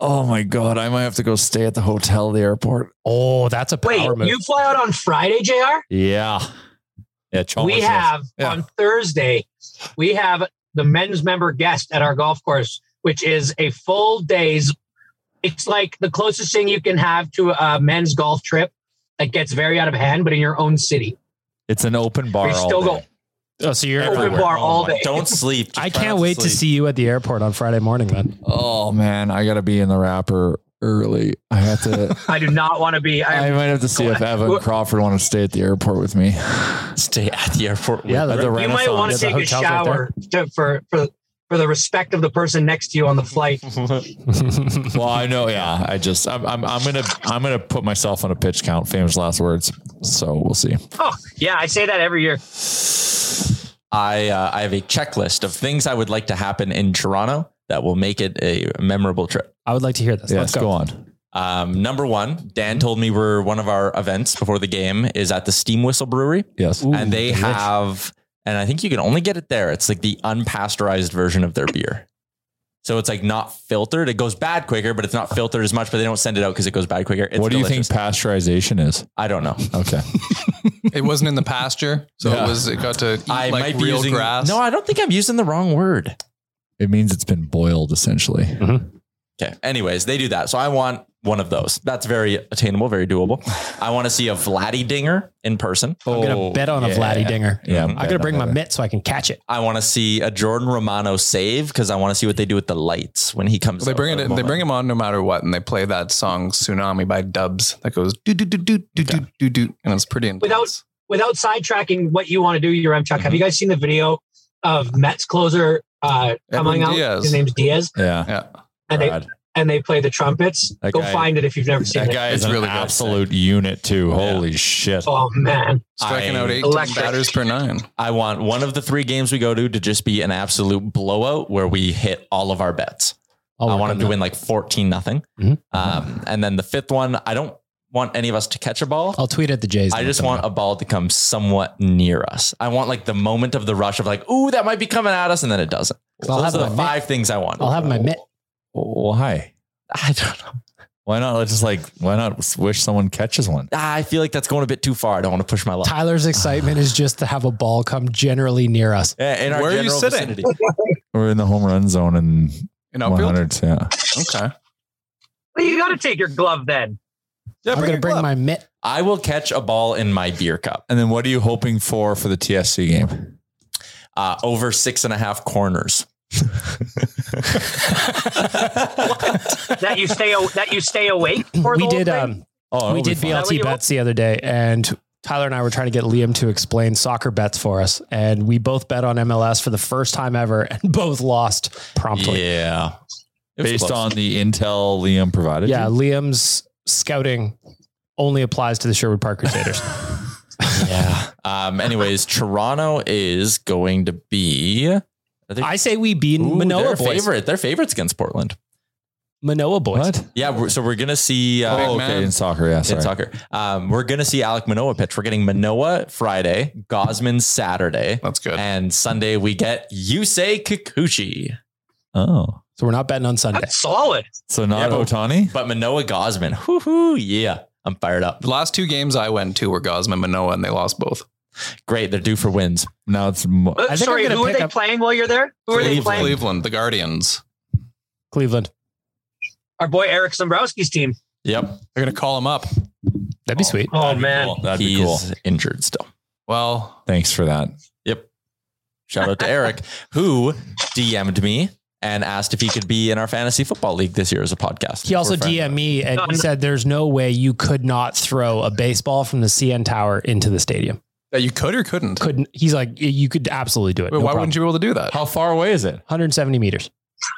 [SPEAKER 7] Oh my god! I might have to go stay at the hotel, at the airport.
[SPEAKER 2] Oh, that's a power
[SPEAKER 4] Wait,
[SPEAKER 2] move.
[SPEAKER 4] you fly out on Friday, JR?
[SPEAKER 7] Yeah. Yeah. Chalmers
[SPEAKER 4] we
[SPEAKER 7] says-
[SPEAKER 4] have
[SPEAKER 7] Yeah.
[SPEAKER 4] on Thursday, we have the men's member guest at our golf course, which is a full day's. It's like the closest thing you can have to a men's golf trip that gets very out of hand, but in your own city.
[SPEAKER 7] It's an open bar.
[SPEAKER 4] We
[SPEAKER 7] all
[SPEAKER 4] still
[SPEAKER 7] day.
[SPEAKER 4] go
[SPEAKER 2] oh, so you're.
[SPEAKER 4] open bar all day.
[SPEAKER 5] Don't sleep. Just try
[SPEAKER 2] I
[SPEAKER 5] not
[SPEAKER 2] can't wait to
[SPEAKER 5] sleep.
[SPEAKER 2] see you at the airport on Friday morning, then.
[SPEAKER 7] Oh man, I gotta be in the wrapper early. I have to.
[SPEAKER 4] I do not want to be.
[SPEAKER 7] I
[SPEAKER 4] I,
[SPEAKER 7] might have to see if Evan Crawford want to stay at the airport with me.
[SPEAKER 5] Stay at the airport.
[SPEAKER 2] Yeah,
[SPEAKER 5] with
[SPEAKER 2] the-
[SPEAKER 5] her.
[SPEAKER 4] you might want to
[SPEAKER 2] Renaissance. Yeah,
[SPEAKER 4] take
[SPEAKER 2] the
[SPEAKER 4] a
[SPEAKER 2] hotel's right
[SPEAKER 4] shower to, for for for the respect of the person next to you on the flight.
[SPEAKER 7] Well, I know. Yeah, I just I'm, I'm I'm gonna I'm gonna put myself on a pitch count. Famous last words. So we'll see.
[SPEAKER 4] Oh yeah, I say that every year.
[SPEAKER 5] I uh, I have a checklist of things I would like to happen in Toronto that will make it a memorable trip.
[SPEAKER 2] I would like to hear this.
[SPEAKER 7] yes,
[SPEAKER 2] Let's go.
[SPEAKER 7] go. on.
[SPEAKER 5] Um, number one, Dan told me we're one of our events before the game is at the Steam Whistle Brewery,
[SPEAKER 7] Yes.
[SPEAKER 5] and they have, and I think you can only get it there. It's like the unpasteurized version of their beer, so it's like not filtered. It goes bad quicker, but it's not filtered as much. But they don't send it out because it goes bad quicker. It's
[SPEAKER 7] what do you
[SPEAKER 5] delicious.
[SPEAKER 7] think pasteurization is?
[SPEAKER 5] I don't know.
[SPEAKER 7] Okay.
[SPEAKER 8] It wasn't in the pasture, so
[SPEAKER 7] Yeah.
[SPEAKER 8] it was. It got to eat
[SPEAKER 5] I
[SPEAKER 8] like
[SPEAKER 5] might be
[SPEAKER 8] real
[SPEAKER 5] using
[SPEAKER 8] grass.
[SPEAKER 5] No, I don't think I'm using the wrong word.
[SPEAKER 7] It means it's been boiled essentially.
[SPEAKER 5] Okay. Anyways, they do that. So I want one of those. That's very attainable, very doable. I want to see a Vladdy Dinger in person.
[SPEAKER 8] Oh.
[SPEAKER 2] I'm gonna bet on a
[SPEAKER 7] yeah.
[SPEAKER 2] Vladdy Dinger.
[SPEAKER 7] Yeah,
[SPEAKER 2] I'm gonna bring my mitt so I can catch it.
[SPEAKER 5] I want to see a Jordan Romano save because I want to see what they do with the lights when he comes.
[SPEAKER 8] they
[SPEAKER 5] out
[SPEAKER 8] bring
[SPEAKER 5] of
[SPEAKER 8] it.
[SPEAKER 5] the
[SPEAKER 8] They bring
[SPEAKER 5] moment.
[SPEAKER 8] him on no matter what, and they play that song "Tsunami" by Dubs that goes do do do do do do do do, and it's pretty intense.
[SPEAKER 4] Without- without sidetracking what you want to do, your M Chuck, have you guys seen the video of Mets closer uh, coming
[SPEAKER 8] Edwin
[SPEAKER 4] out?
[SPEAKER 8] Diaz.
[SPEAKER 4] His name's Diaz,
[SPEAKER 7] Yeah.
[SPEAKER 8] yeah,
[SPEAKER 4] and they
[SPEAKER 7] Rad.
[SPEAKER 4] and they play the trumpets.
[SPEAKER 7] That
[SPEAKER 4] Go
[SPEAKER 7] guy-
[SPEAKER 4] find it if you've never seen
[SPEAKER 7] That
[SPEAKER 4] it.
[SPEAKER 7] guy
[SPEAKER 8] It's
[SPEAKER 7] is an
[SPEAKER 8] really good.
[SPEAKER 7] absolute unit too. Holy shit.
[SPEAKER 4] Oh man,
[SPEAKER 8] striking
[SPEAKER 5] I-
[SPEAKER 8] out 18
[SPEAKER 4] Electric.
[SPEAKER 8] batters per nine.
[SPEAKER 5] I want one of the three games we go to to just be an absolute blowout where we hit all of our bets.
[SPEAKER 2] I'll
[SPEAKER 5] I
[SPEAKER 2] work
[SPEAKER 5] want
[SPEAKER 2] on
[SPEAKER 5] him to
[SPEAKER 2] that.
[SPEAKER 5] win like fourteen nothing.
[SPEAKER 2] Mhm.
[SPEAKER 5] Um, and then the fifth one, I don't want any of us to catch a ball.
[SPEAKER 2] I'll tweet at the Jays.
[SPEAKER 5] I just want a ball to come somewhat near us. I want like the moment of the rush of like, ooh, that might be coming at us, and then it doesn't.
[SPEAKER 2] I'll
[SPEAKER 5] Those
[SPEAKER 2] have
[SPEAKER 5] are the
[SPEAKER 2] my
[SPEAKER 5] five things I want.
[SPEAKER 2] I'll have my mitt.
[SPEAKER 7] Why?
[SPEAKER 5] I don't know.
[SPEAKER 7] Why not? Let's just like, why not wish someone catches one?
[SPEAKER 5] Ah, I feel like that's going a bit too far. I don't want to push my luck.
[SPEAKER 2] Tyler's excitement is just to have a ball come generally near us.
[SPEAKER 5] Yeah, in our
[SPEAKER 8] Where are you
[SPEAKER 5] general
[SPEAKER 8] sitting?
[SPEAKER 5] vicinity.
[SPEAKER 7] We're in the home run zone and
[SPEAKER 8] In outfield?
[SPEAKER 7] 100s. Yeah.
[SPEAKER 8] Okay.
[SPEAKER 4] Well, you got to take your glove then.
[SPEAKER 2] I'm going to bring my mitt.
[SPEAKER 5] I will catch a ball in my beer cup.
[SPEAKER 7] And then what are you hoping for for the TSC game?
[SPEAKER 5] Uh, over six and a half corners.
[SPEAKER 4] That you stay a- that you stay awake. For
[SPEAKER 2] We
[SPEAKER 4] the whole
[SPEAKER 2] did
[SPEAKER 4] thing?
[SPEAKER 2] um we
[SPEAKER 7] Oh, it'll be
[SPEAKER 2] did
[SPEAKER 4] Is
[SPEAKER 7] fun.
[SPEAKER 4] that what
[SPEAKER 2] BLT
[SPEAKER 4] you
[SPEAKER 2] bets the other day and Tyler and I were trying to get Liam to explain soccer bets for us and we both bet on MLS for the first time ever and both lost promptly.
[SPEAKER 5] Yeah. It was
[SPEAKER 7] based
[SPEAKER 5] close.
[SPEAKER 7] on the intel Liam provided.
[SPEAKER 2] Yeah,
[SPEAKER 7] you?
[SPEAKER 2] Liam's scouting only applies to the Sherwood Park Crusaders.
[SPEAKER 5] Yeah. Um, anyways, Toronto is going to be are they-
[SPEAKER 2] I say we beat
[SPEAKER 5] Ooh,
[SPEAKER 2] Manoa
[SPEAKER 5] their
[SPEAKER 2] boys.
[SPEAKER 5] favorite. Their favorites against Portland.
[SPEAKER 2] Manoa boys.
[SPEAKER 7] What?
[SPEAKER 5] Yeah. We're, so we're gonna see. Uh,
[SPEAKER 8] Big
[SPEAKER 7] Oh,
[SPEAKER 8] man.
[SPEAKER 7] okay. In soccer. Yeah.
[SPEAKER 5] in
[SPEAKER 7] Sorry.
[SPEAKER 5] soccer, um, we're gonna see Alec Manoa pitch. We're getting Manoa Friday, Gosman Saturday,
[SPEAKER 7] Oh,
[SPEAKER 8] That's good.
[SPEAKER 5] and Sunday we get Yusei Kikuchi.
[SPEAKER 7] Oh.
[SPEAKER 2] So we're not betting on Sunday.
[SPEAKER 4] That's solid.
[SPEAKER 7] So not Otani?
[SPEAKER 5] But Manoa Gosman, hoo hoo, yeah, I'm fired up.
[SPEAKER 8] The last two games I went to were Gosman Manoa, and they lost both.
[SPEAKER 5] Great, they're due for wins.
[SPEAKER 7] Now it's mo-
[SPEAKER 4] Uh,
[SPEAKER 2] think I'm
[SPEAKER 4] Sorry,
[SPEAKER 2] gonna
[SPEAKER 4] who are
[SPEAKER 2] pick
[SPEAKER 4] they
[SPEAKER 2] up-
[SPEAKER 4] playing while you're there? Who are they
[SPEAKER 8] Cleveland,
[SPEAKER 4] playing?
[SPEAKER 8] Cleveland, the Guardians.
[SPEAKER 2] Cleveland.
[SPEAKER 4] Our boy Eric Zombrowski's team.
[SPEAKER 5] Yep,
[SPEAKER 8] They're gonna call him up.
[SPEAKER 2] That'd be sweet.
[SPEAKER 4] Oh man,
[SPEAKER 7] cool. that'd
[SPEAKER 5] he's
[SPEAKER 7] be cool.
[SPEAKER 5] injured still.
[SPEAKER 8] Well,
[SPEAKER 7] Thanks for that.
[SPEAKER 5] Yep. Shout out to Eric, who DM'd me and asked if he could be in our fantasy football league this year as a podcast.
[SPEAKER 2] He also
[SPEAKER 5] We're friends.
[SPEAKER 2] DM'd me and
[SPEAKER 4] No,
[SPEAKER 2] he
[SPEAKER 4] no.
[SPEAKER 2] said there's no way you could not throw a baseball from the CN Tower into the stadium.
[SPEAKER 8] that you could or couldn't.
[SPEAKER 2] Couldn't he's like you could absolutely do it.
[SPEAKER 8] Wait,
[SPEAKER 2] no
[SPEAKER 8] why
[SPEAKER 2] problem.
[SPEAKER 8] wouldn't you be able to do that?
[SPEAKER 7] How far away is it?
[SPEAKER 2] 170 meters.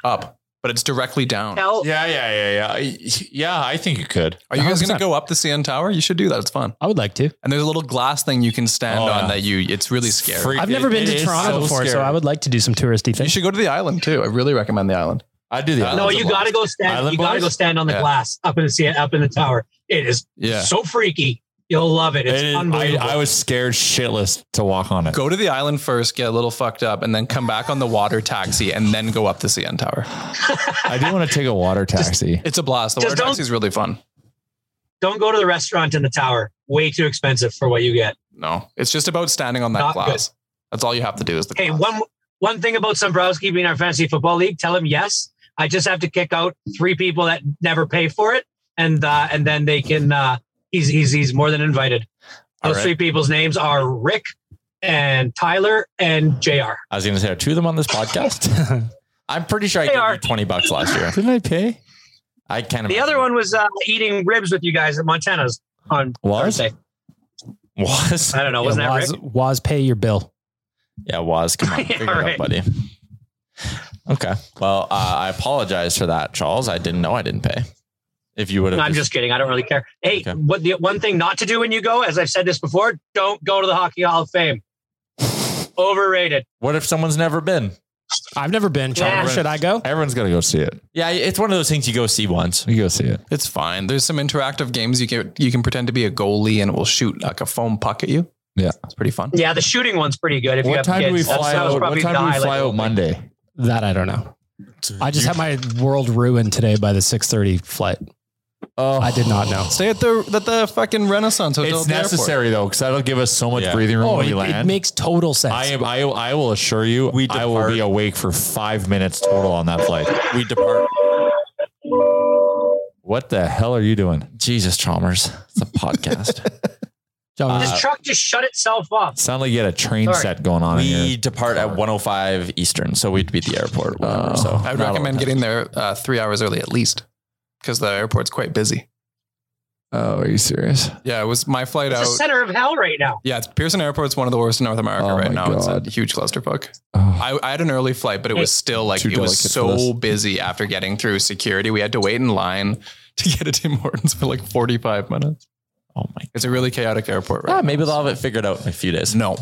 [SPEAKER 8] Up, but it's directly down.
[SPEAKER 4] tell
[SPEAKER 7] Yeah, yeah, yeah, yeah. Yeah, I think you could.
[SPEAKER 8] Are you guys gonna
[SPEAKER 2] 100%.
[SPEAKER 8] go up the CN Tower? You should do that. It's fun.
[SPEAKER 2] I would like to.
[SPEAKER 8] And there's a little glass thing you can stand
[SPEAKER 7] Oh,
[SPEAKER 8] on
[SPEAKER 7] yeah.
[SPEAKER 8] that you. It's really scary.
[SPEAKER 7] Freak-
[SPEAKER 2] I've never
[SPEAKER 7] it-
[SPEAKER 2] been
[SPEAKER 7] it
[SPEAKER 2] to
[SPEAKER 7] is
[SPEAKER 2] Toronto
[SPEAKER 7] so
[SPEAKER 2] before, so
[SPEAKER 7] scary.
[SPEAKER 2] I would like to do some touristy
[SPEAKER 8] You
[SPEAKER 2] things.
[SPEAKER 8] should go to the island too. I really recommend the island.
[SPEAKER 7] I'd do the
[SPEAKER 4] No,
[SPEAKER 7] islands
[SPEAKER 4] you
[SPEAKER 7] of
[SPEAKER 4] got to
[SPEAKER 7] Lost.
[SPEAKER 4] go stand.
[SPEAKER 7] Island
[SPEAKER 4] you got to
[SPEAKER 7] Boys?
[SPEAKER 4] go stand on the
[SPEAKER 8] Yeah.
[SPEAKER 4] glass up in the sea, up in the tower. It is
[SPEAKER 8] Yeah.
[SPEAKER 4] so freaky. You'll love it. It's
[SPEAKER 7] It is-
[SPEAKER 4] unbelievable.
[SPEAKER 7] I, I was scared shitless to walk on it.
[SPEAKER 8] Go to the island first, get a little fucked up, and then come back on the water taxi, and then go up the CN Tower.
[SPEAKER 7] I do want to take a water taxi.
[SPEAKER 8] It's a blast. The
[SPEAKER 4] Just
[SPEAKER 8] water
[SPEAKER 4] don't-
[SPEAKER 8] taxi is really fun.
[SPEAKER 4] Don't go to the restaurant in the tower. Way too expensive for what you get.
[SPEAKER 8] No, it's just about standing on that
[SPEAKER 4] Not
[SPEAKER 8] glass. That's all you have to do is the.
[SPEAKER 4] Hey,
[SPEAKER 8] glass.
[SPEAKER 4] one one thing about Sombrowski being our fantasy football league. Tell him yes. I just have to kick out three people that never pay for it, and uh, and then they can. Uh, he's he's he's more than invited.
[SPEAKER 5] All
[SPEAKER 4] Those
[SPEAKER 5] right.
[SPEAKER 4] three people's names are Rick and Tyler and Jr.
[SPEAKER 5] I was going to say, are two of them on this podcast? I'm pretty sure I
[SPEAKER 4] They
[SPEAKER 5] gave
[SPEAKER 4] are.
[SPEAKER 5] you 20 bucks last year.
[SPEAKER 7] Didn't I pay?
[SPEAKER 5] I can't.
[SPEAKER 4] The other one was uh, eating ribs with you guys at Montana's on
[SPEAKER 7] Was?
[SPEAKER 4] Thursday.
[SPEAKER 5] was.
[SPEAKER 4] I don't know. Wasn't
[SPEAKER 2] yeah,
[SPEAKER 4] that
[SPEAKER 2] Waz,
[SPEAKER 4] Rick?
[SPEAKER 2] Waz, pay your bill.
[SPEAKER 5] Yeah, was. Come on,
[SPEAKER 4] Yeah,
[SPEAKER 5] figure it out,
[SPEAKER 4] right.
[SPEAKER 5] buddy. Okay. Well, uh, I apologize for that, Charles. I didn't know I didn't pay. If you would have,
[SPEAKER 4] I'm just kidding. I don't really care. Hey,
[SPEAKER 5] Okay.
[SPEAKER 4] what the one thing not to do when you go, as I've said this before, don't go to the Hockey Hall of Fame. Overrated.
[SPEAKER 5] What if someone's never been?
[SPEAKER 2] I've never been. Charlie,
[SPEAKER 4] Yeah.
[SPEAKER 2] Should I go?
[SPEAKER 7] Everyone's got to go see it.
[SPEAKER 5] Yeah, it's one of those things you go see once.
[SPEAKER 7] You go see it.
[SPEAKER 8] It's fine. There's some interactive games you can you can pretend to be a goalie and it will shoot like a foam puck at you.
[SPEAKER 7] Yeah.
[SPEAKER 8] it's pretty fun.
[SPEAKER 4] Yeah, the shooting one's pretty good. If you
[SPEAKER 7] What
[SPEAKER 4] have
[SPEAKER 7] time
[SPEAKER 4] kids,
[SPEAKER 7] do we
[SPEAKER 4] That's-
[SPEAKER 7] fly
[SPEAKER 4] that was
[SPEAKER 7] out? What
[SPEAKER 4] probably
[SPEAKER 7] time
[SPEAKER 4] the
[SPEAKER 7] do we fly
[SPEAKER 4] highlight.
[SPEAKER 7] out Monday?
[SPEAKER 2] That I don't know. I just had my world ruined today by the 6:30 flight.
[SPEAKER 7] Oh,
[SPEAKER 2] I did not know.
[SPEAKER 8] Stay at the at the fucking Renaissance Hotel.
[SPEAKER 7] It's
[SPEAKER 8] at the airport.
[SPEAKER 7] necessary though, because that'll give us so much
[SPEAKER 5] Yeah.
[SPEAKER 7] breathing room
[SPEAKER 2] Oh,
[SPEAKER 7] when
[SPEAKER 2] it,
[SPEAKER 7] we
[SPEAKER 2] it
[SPEAKER 7] land.
[SPEAKER 2] makes total sense.
[SPEAKER 7] I am. I, I will assure you,
[SPEAKER 5] We
[SPEAKER 7] I will
[SPEAKER 5] depart-
[SPEAKER 7] be awake for five minutes total on that flight.
[SPEAKER 5] We depart.
[SPEAKER 7] What the hell are you doing?
[SPEAKER 5] Jesus, Chalmers. It's a podcast.
[SPEAKER 2] John,
[SPEAKER 4] This truck just shut itself off.
[SPEAKER 7] Sound like you had a train
[SPEAKER 4] Sorry.
[SPEAKER 7] set going on in
[SPEAKER 5] we
[SPEAKER 7] here.
[SPEAKER 5] depart at 105 Eastern, so we'd be at the airport. Whatever, so
[SPEAKER 8] I would Oh, recommend getting there uh, three hours early at least because the airport's quite busy.
[SPEAKER 7] Oh, are you serious?
[SPEAKER 8] Yeah, it was my flight
[SPEAKER 4] It's the
[SPEAKER 8] out.
[SPEAKER 4] center of hell right now.
[SPEAKER 8] Yeah, it's Pearson Airport's one of the worst in North America
[SPEAKER 7] Oh
[SPEAKER 8] right
[SPEAKER 7] my
[SPEAKER 8] now.
[SPEAKER 7] God.
[SPEAKER 8] It's a huge clusterfuck.
[SPEAKER 7] Oh,
[SPEAKER 8] I, I had an early flight, but it was still like
[SPEAKER 7] Too
[SPEAKER 8] it was
[SPEAKER 7] delicate for
[SPEAKER 8] so
[SPEAKER 7] this.
[SPEAKER 8] busy after getting through security. We had to wait in line to get a Tim Hortons for like 45 minutes.
[SPEAKER 5] Oh my.
[SPEAKER 8] It's a really chaotic airport,
[SPEAKER 5] Yeah,
[SPEAKER 8] right?
[SPEAKER 5] maybe they'll have it figured out in a few days.
[SPEAKER 8] No.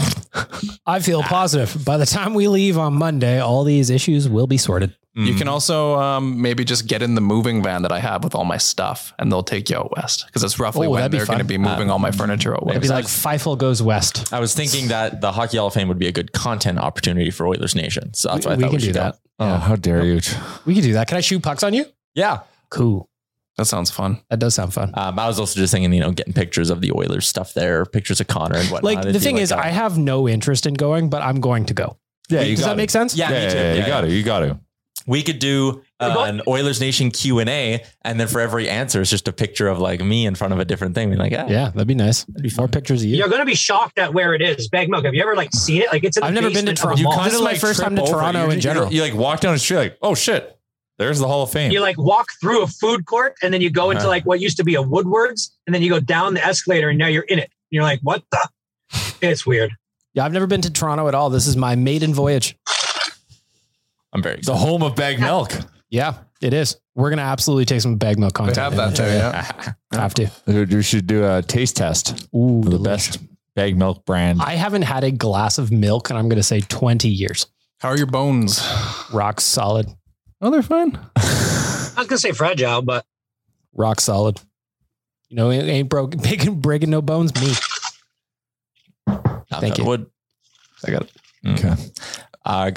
[SPEAKER 2] I feel positive. By the time we leave on Monday, all these issues will be sorted.
[SPEAKER 8] You can also um, maybe just get in the moving van that I have with all my stuff, and they'll take you out west because that's roughly
[SPEAKER 2] Oh,
[SPEAKER 8] when
[SPEAKER 2] that'd be
[SPEAKER 8] they're going to
[SPEAKER 2] fun.
[SPEAKER 8] be moving all my furniture out
[SPEAKER 2] It'd
[SPEAKER 8] west.
[SPEAKER 2] be like Feifel goes west.
[SPEAKER 5] I was thinking that the Hockey Hall of Fame would be a good content opportunity for Oilers Nation. So that's why I
[SPEAKER 2] we
[SPEAKER 5] thought
[SPEAKER 2] can
[SPEAKER 5] we should
[SPEAKER 2] do
[SPEAKER 5] go.
[SPEAKER 2] that.
[SPEAKER 7] how dare Oh, you?
[SPEAKER 2] We can do that. Can I shoot pucks on you?
[SPEAKER 5] Yeah.
[SPEAKER 2] Cool.
[SPEAKER 8] That sounds fun.
[SPEAKER 2] That does sound fun.
[SPEAKER 5] Um, I was also just thinking, you know, getting pictures of the Oilers stuff there, pictures of Connor and whatnot.
[SPEAKER 2] Like
[SPEAKER 5] It'd
[SPEAKER 2] the
[SPEAKER 5] be
[SPEAKER 2] thing
[SPEAKER 5] like
[SPEAKER 2] is,
[SPEAKER 5] a-
[SPEAKER 2] I have no interest in going, but I'm going to go. does that make sense?
[SPEAKER 5] Yeah, me too.
[SPEAKER 7] you got to, you got to.
[SPEAKER 5] We could do uh, an Oilers Nation Q and A, and then for every answer, it's just a picture of like me in front of a different thing. Being like, ah,
[SPEAKER 2] Yeah, that'd be nice. More pictures of you.
[SPEAKER 4] You're going to be shocked at where it is. Bag Milk, have you ever like seen it? Like it's in the
[SPEAKER 2] I've never been to
[SPEAKER 4] basement of
[SPEAKER 2] Toronto.
[SPEAKER 4] a mall.
[SPEAKER 2] You kinda This is my like first time to
[SPEAKER 7] Trip over.
[SPEAKER 2] Toronto
[SPEAKER 7] You-
[SPEAKER 2] in
[SPEAKER 7] you-
[SPEAKER 2] general.
[SPEAKER 7] You, like walk down the street, like, oh shit, there's the Hall of Fame.
[SPEAKER 4] you like walk through a food court and then you go into
[SPEAKER 7] Uh-huh.
[SPEAKER 4] like what used to be a Woodward's and then you go down the escalator and now you're in it. You're like, what the? It's weird.
[SPEAKER 2] Yeah, I've never been to Toronto at all. This is my maiden voyage.
[SPEAKER 5] I'm very
[SPEAKER 7] the home of bag milk.
[SPEAKER 2] Yeah, it is. We're gonna absolutely take some bag milk content.
[SPEAKER 8] have that too, yeah.
[SPEAKER 2] I have to.
[SPEAKER 7] Dude, you should do a taste test.
[SPEAKER 2] Ooh,
[SPEAKER 7] the best bag milk brand.
[SPEAKER 2] I haven't had a glass of milk, and I'm gonna say 20 years.
[SPEAKER 8] How are your bones?
[SPEAKER 2] Rock solid.
[SPEAKER 8] Oh, they're fine.
[SPEAKER 4] I was going to say fragile, but
[SPEAKER 2] Rock solid. You know, it ain't broken, breaking, breaking no bones. Me.
[SPEAKER 5] Knock
[SPEAKER 2] Thank
[SPEAKER 5] on
[SPEAKER 2] you.
[SPEAKER 5] wood.
[SPEAKER 7] I got it.
[SPEAKER 5] I got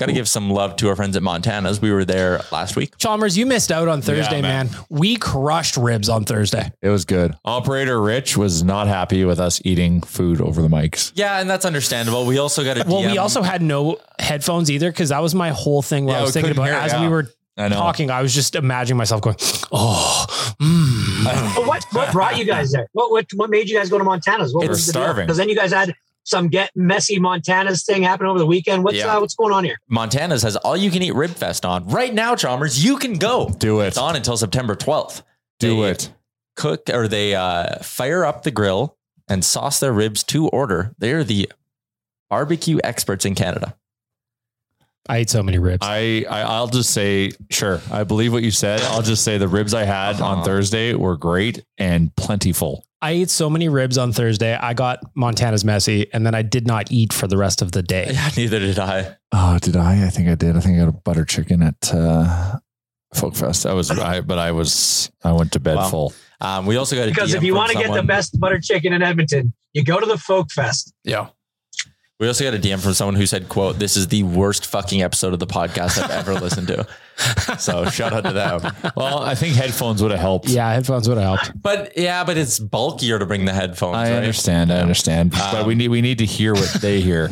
[SPEAKER 5] to Uh, give some love to our friends at Montana's. We were there last week.
[SPEAKER 2] Chalmers, you missed out on Thursday, man. We crushed ribs on Thursday.
[SPEAKER 7] It was good. Operator Rich was not happy with us eating food over the mics.
[SPEAKER 5] Yeah, and that's understandable. We also got a
[SPEAKER 2] Well,
[SPEAKER 5] DM.
[SPEAKER 2] we also had no headphones either because that was my whole thing. Where
[SPEAKER 7] Yeah,
[SPEAKER 2] I was
[SPEAKER 7] we
[SPEAKER 2] thinking
[SPEAKER 7] couldn't
[SPEAKER 2] about
[SPEAKER 7] hear it,
[SPEAKER 2] as
[SPEAKER 7] yeah.
[SPEAKER 2] we were
[SPEAKER 7] I know.
[SPEAKER 2] talking, I was just imagining myself going, "Oh, mm.
[SPEAKER 4] But what what brought you guys there? What what, what made you guys go to Montana's? What
[SPEAKER 7] It's starving.
[SPEAKER 4] Because then you guys had some get messy Montana's thing happen over the weekend. What's
[SPEAKER 5] Yeah.
[SPEAKER 4] uh, what's going on here?
[SPEAKER 5] Montana's has all you can eat rib fest on right now, Chalmers. You can go.
[SPEAKER 7] Do it.
[SPEAKER 5] It's on until September 12th.
[SPEAKER 7] Do
[SPEAKER 5] They
[SPEAKER 7] it.
[SPEAKER 5] Cook or they uh, fire up the grill and sauce their ribs to order. They are the barbecue experts in Canada.
[SPEAKER 2] I ate so many ribs."
[SPEAKER 7] I, I I'll just say sure. I believe what you said. I'll just say the ribs I had on Thursday were great and plentiful.
[SPEAKER 2] I ate so many ribs on Thursday. I got Montana's messy, and then I did not eat for the rest of the day.
[SPEAKER 5] Yeah, neither did I.
[SPEAKER 7] Oh, did I? I think I did. I think I got a butter chicken at uh, Folk Fest. I was I, but I was I went to bed
[SPEAKER 5] Wow.
[SPEAKER 7] full.
[SPEAKER 5] Um, we also got a
[SPEAKER 4] Because
[SPEAKER 5] DM
[SPEAKER 4] if you
[SPEAKER 5] from
[SPEAKER 4] want to get the
[SPEAKER 5] someone-
[SPEAKER 4] best butter chicken in Edmonton, you go to the Folk Fest.
[SPEAKER 8] Yeah.
[SPEAKER 5] We also got a DM from someone who said, "quote This is the worst fucking episode of the podcast I've ever listened to." So shout out to them.
[SPEAKER 7] Well, I think headphones would have helped.
[SPEAKER 2] Yeah, headphones would have helped.
[SPEAKER 5] But yeah, but it's bulkier to bring the headphones.
[SPEAKER 7] I
[SPEAKER 5] right?
[SPEAKER 7] understand. I understand. but we need we need to hear what they hear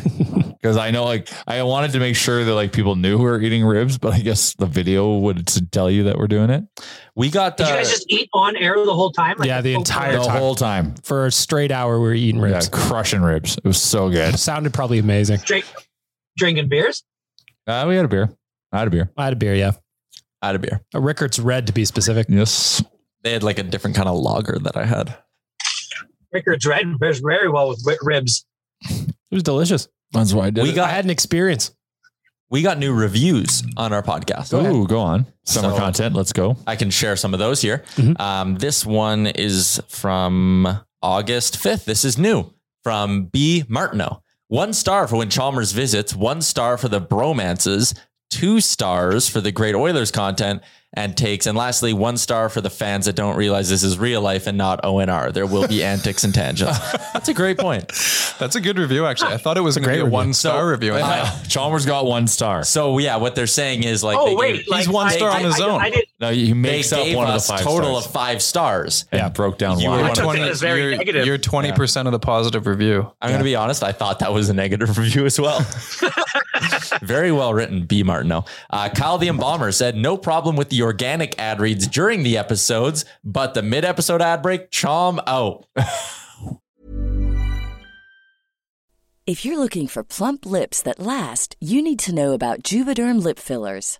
[SPEAKER 7] because I know like I wanted to make sure that like people knew we were eating ribs, but I guess the video would s- tell you that we're doing it
[SPEAKER 5] We got
[SPEAKER 4] Did
[SPEAKER 5] uh,
[SPEAKER 4] you guys just eat on air the whole time? oh,
[SPEAKER 2] Yeah, the
[SPEAKER 4] Folk
[SPEAKER 2] entire
[SPEAKER 7] the
[SPEAKER 4] Fest?
[SPEAKER 2] time.
[SPEAKER 7] whole time.
[SPEAKER 2] For a straight hour, we were eating
[SPEAKER 7] Yeah,
[SPEAKER 2] ribs.
[SPEAKER 7] crushing ribs. It was so good.
[SPEAKER 2] Sounded probably amazing.
[SPEAKER 4] Drink, drinking beers.
[SPEAKER 7] Uh, we had a beer. I had a beer.
[SPEAKER 2] I had a beer, yeah.
[SPEAKER 5] out of beer.
[SPEAKER 2] A Rickards Red, to be specific.
[SPEAKER 7] Yes.
[SPEAKER 5] They had like a different kind of lager that I had.
[SPEAKER 4] Rickard's red pairs very well with ri- ribs.
[SPEAKER 2] It was delicious.
[SPEAKER 7] That's why I did
[SPEAKER 5] We
[SPEAKER 7] it.
[SPEAKER 2] I
[SPEAKER 5] got
[SPEAKER 2] had an experience.
[SPEAKER 5] we got new reviews on our podcast.
[SPEAKER 7] Ooh, go on. Summer
[SPEAKER 5] So-
[SPEAKER 7] content. Let's go.
[SPEAKER 5] I can share some of those here.
[SPEAKER 2] Mhm.
[SPEAKER 5] Um, this one is from August 5th. This is new from B. Martineau. One star for when Chalmers visits, one star for the bromances, two stars for the great Oilers content and takes, and lastly, one star for the fans that don't realize this is real life and not ONR. There will be antics and tangents. That's a great point.
[SPEAKER 8] That's a good review, actually. I thought it was going to be a
[SPEAKER 2] review.
[SPEAKER 8] one star
[SPEAKER 5] So-
[SPEAKER 8] review.
[SPEAKER 7] Uh, Chalmers got one star.
[SPEAKER 5] So, yeah, what they're saying is like,
[SPEAKER 4] oh
[SPEAKER 5] they
[SPEAKER 4] wait,
[SPEAKER 5] gave-
[SPEAKER 4] like,
[SPEAKER 8] he's one
[SPEAKER 4] I-
[SPEAKER 8] star on
[SPEAKER 4] I-
[SPEAKER 8] his
[SPEAKER 4] I-
[SPEAKER 8] own.
[SPEAKER 4] I did.
[SPEAKER 7] No, he
[SPEAKER 5] they
[SPEAKER 7] makes up
[SPEAKER 5] gave
[SPEAKER 7] one of the
[SPEAKER 5] us
[SPEAKER 7] five
[SPEAKER 5] total
[SPEAKER 7] stars.
[SPEAKER 5] of five stars.
[SPEAKER 7] and broke down
[SPEAKER 8] You
[SPEAKER 7] why.
[SPEAKER 8] were
[SPEAKER 4] took
[SPEAKER 8] twenty-
[SPEAKER 4] it as very
[SPEAKER 8] you're-
[SPEAKER 4] negative.
[SPEAKER 8] You're twenty percent of the positive review.
[SPEAKER 5] I'm going to be honest. I thought that was a negative review as well. Very well written, B. Martineau. Uh, Kyle the Embalmer said, no problem with the organic ad reads during the episodes, but the mid episode ad break, chom out.
[SPEAKER 10] If you're looking for plump lips that last, you need to know about Juvederm lip fillers.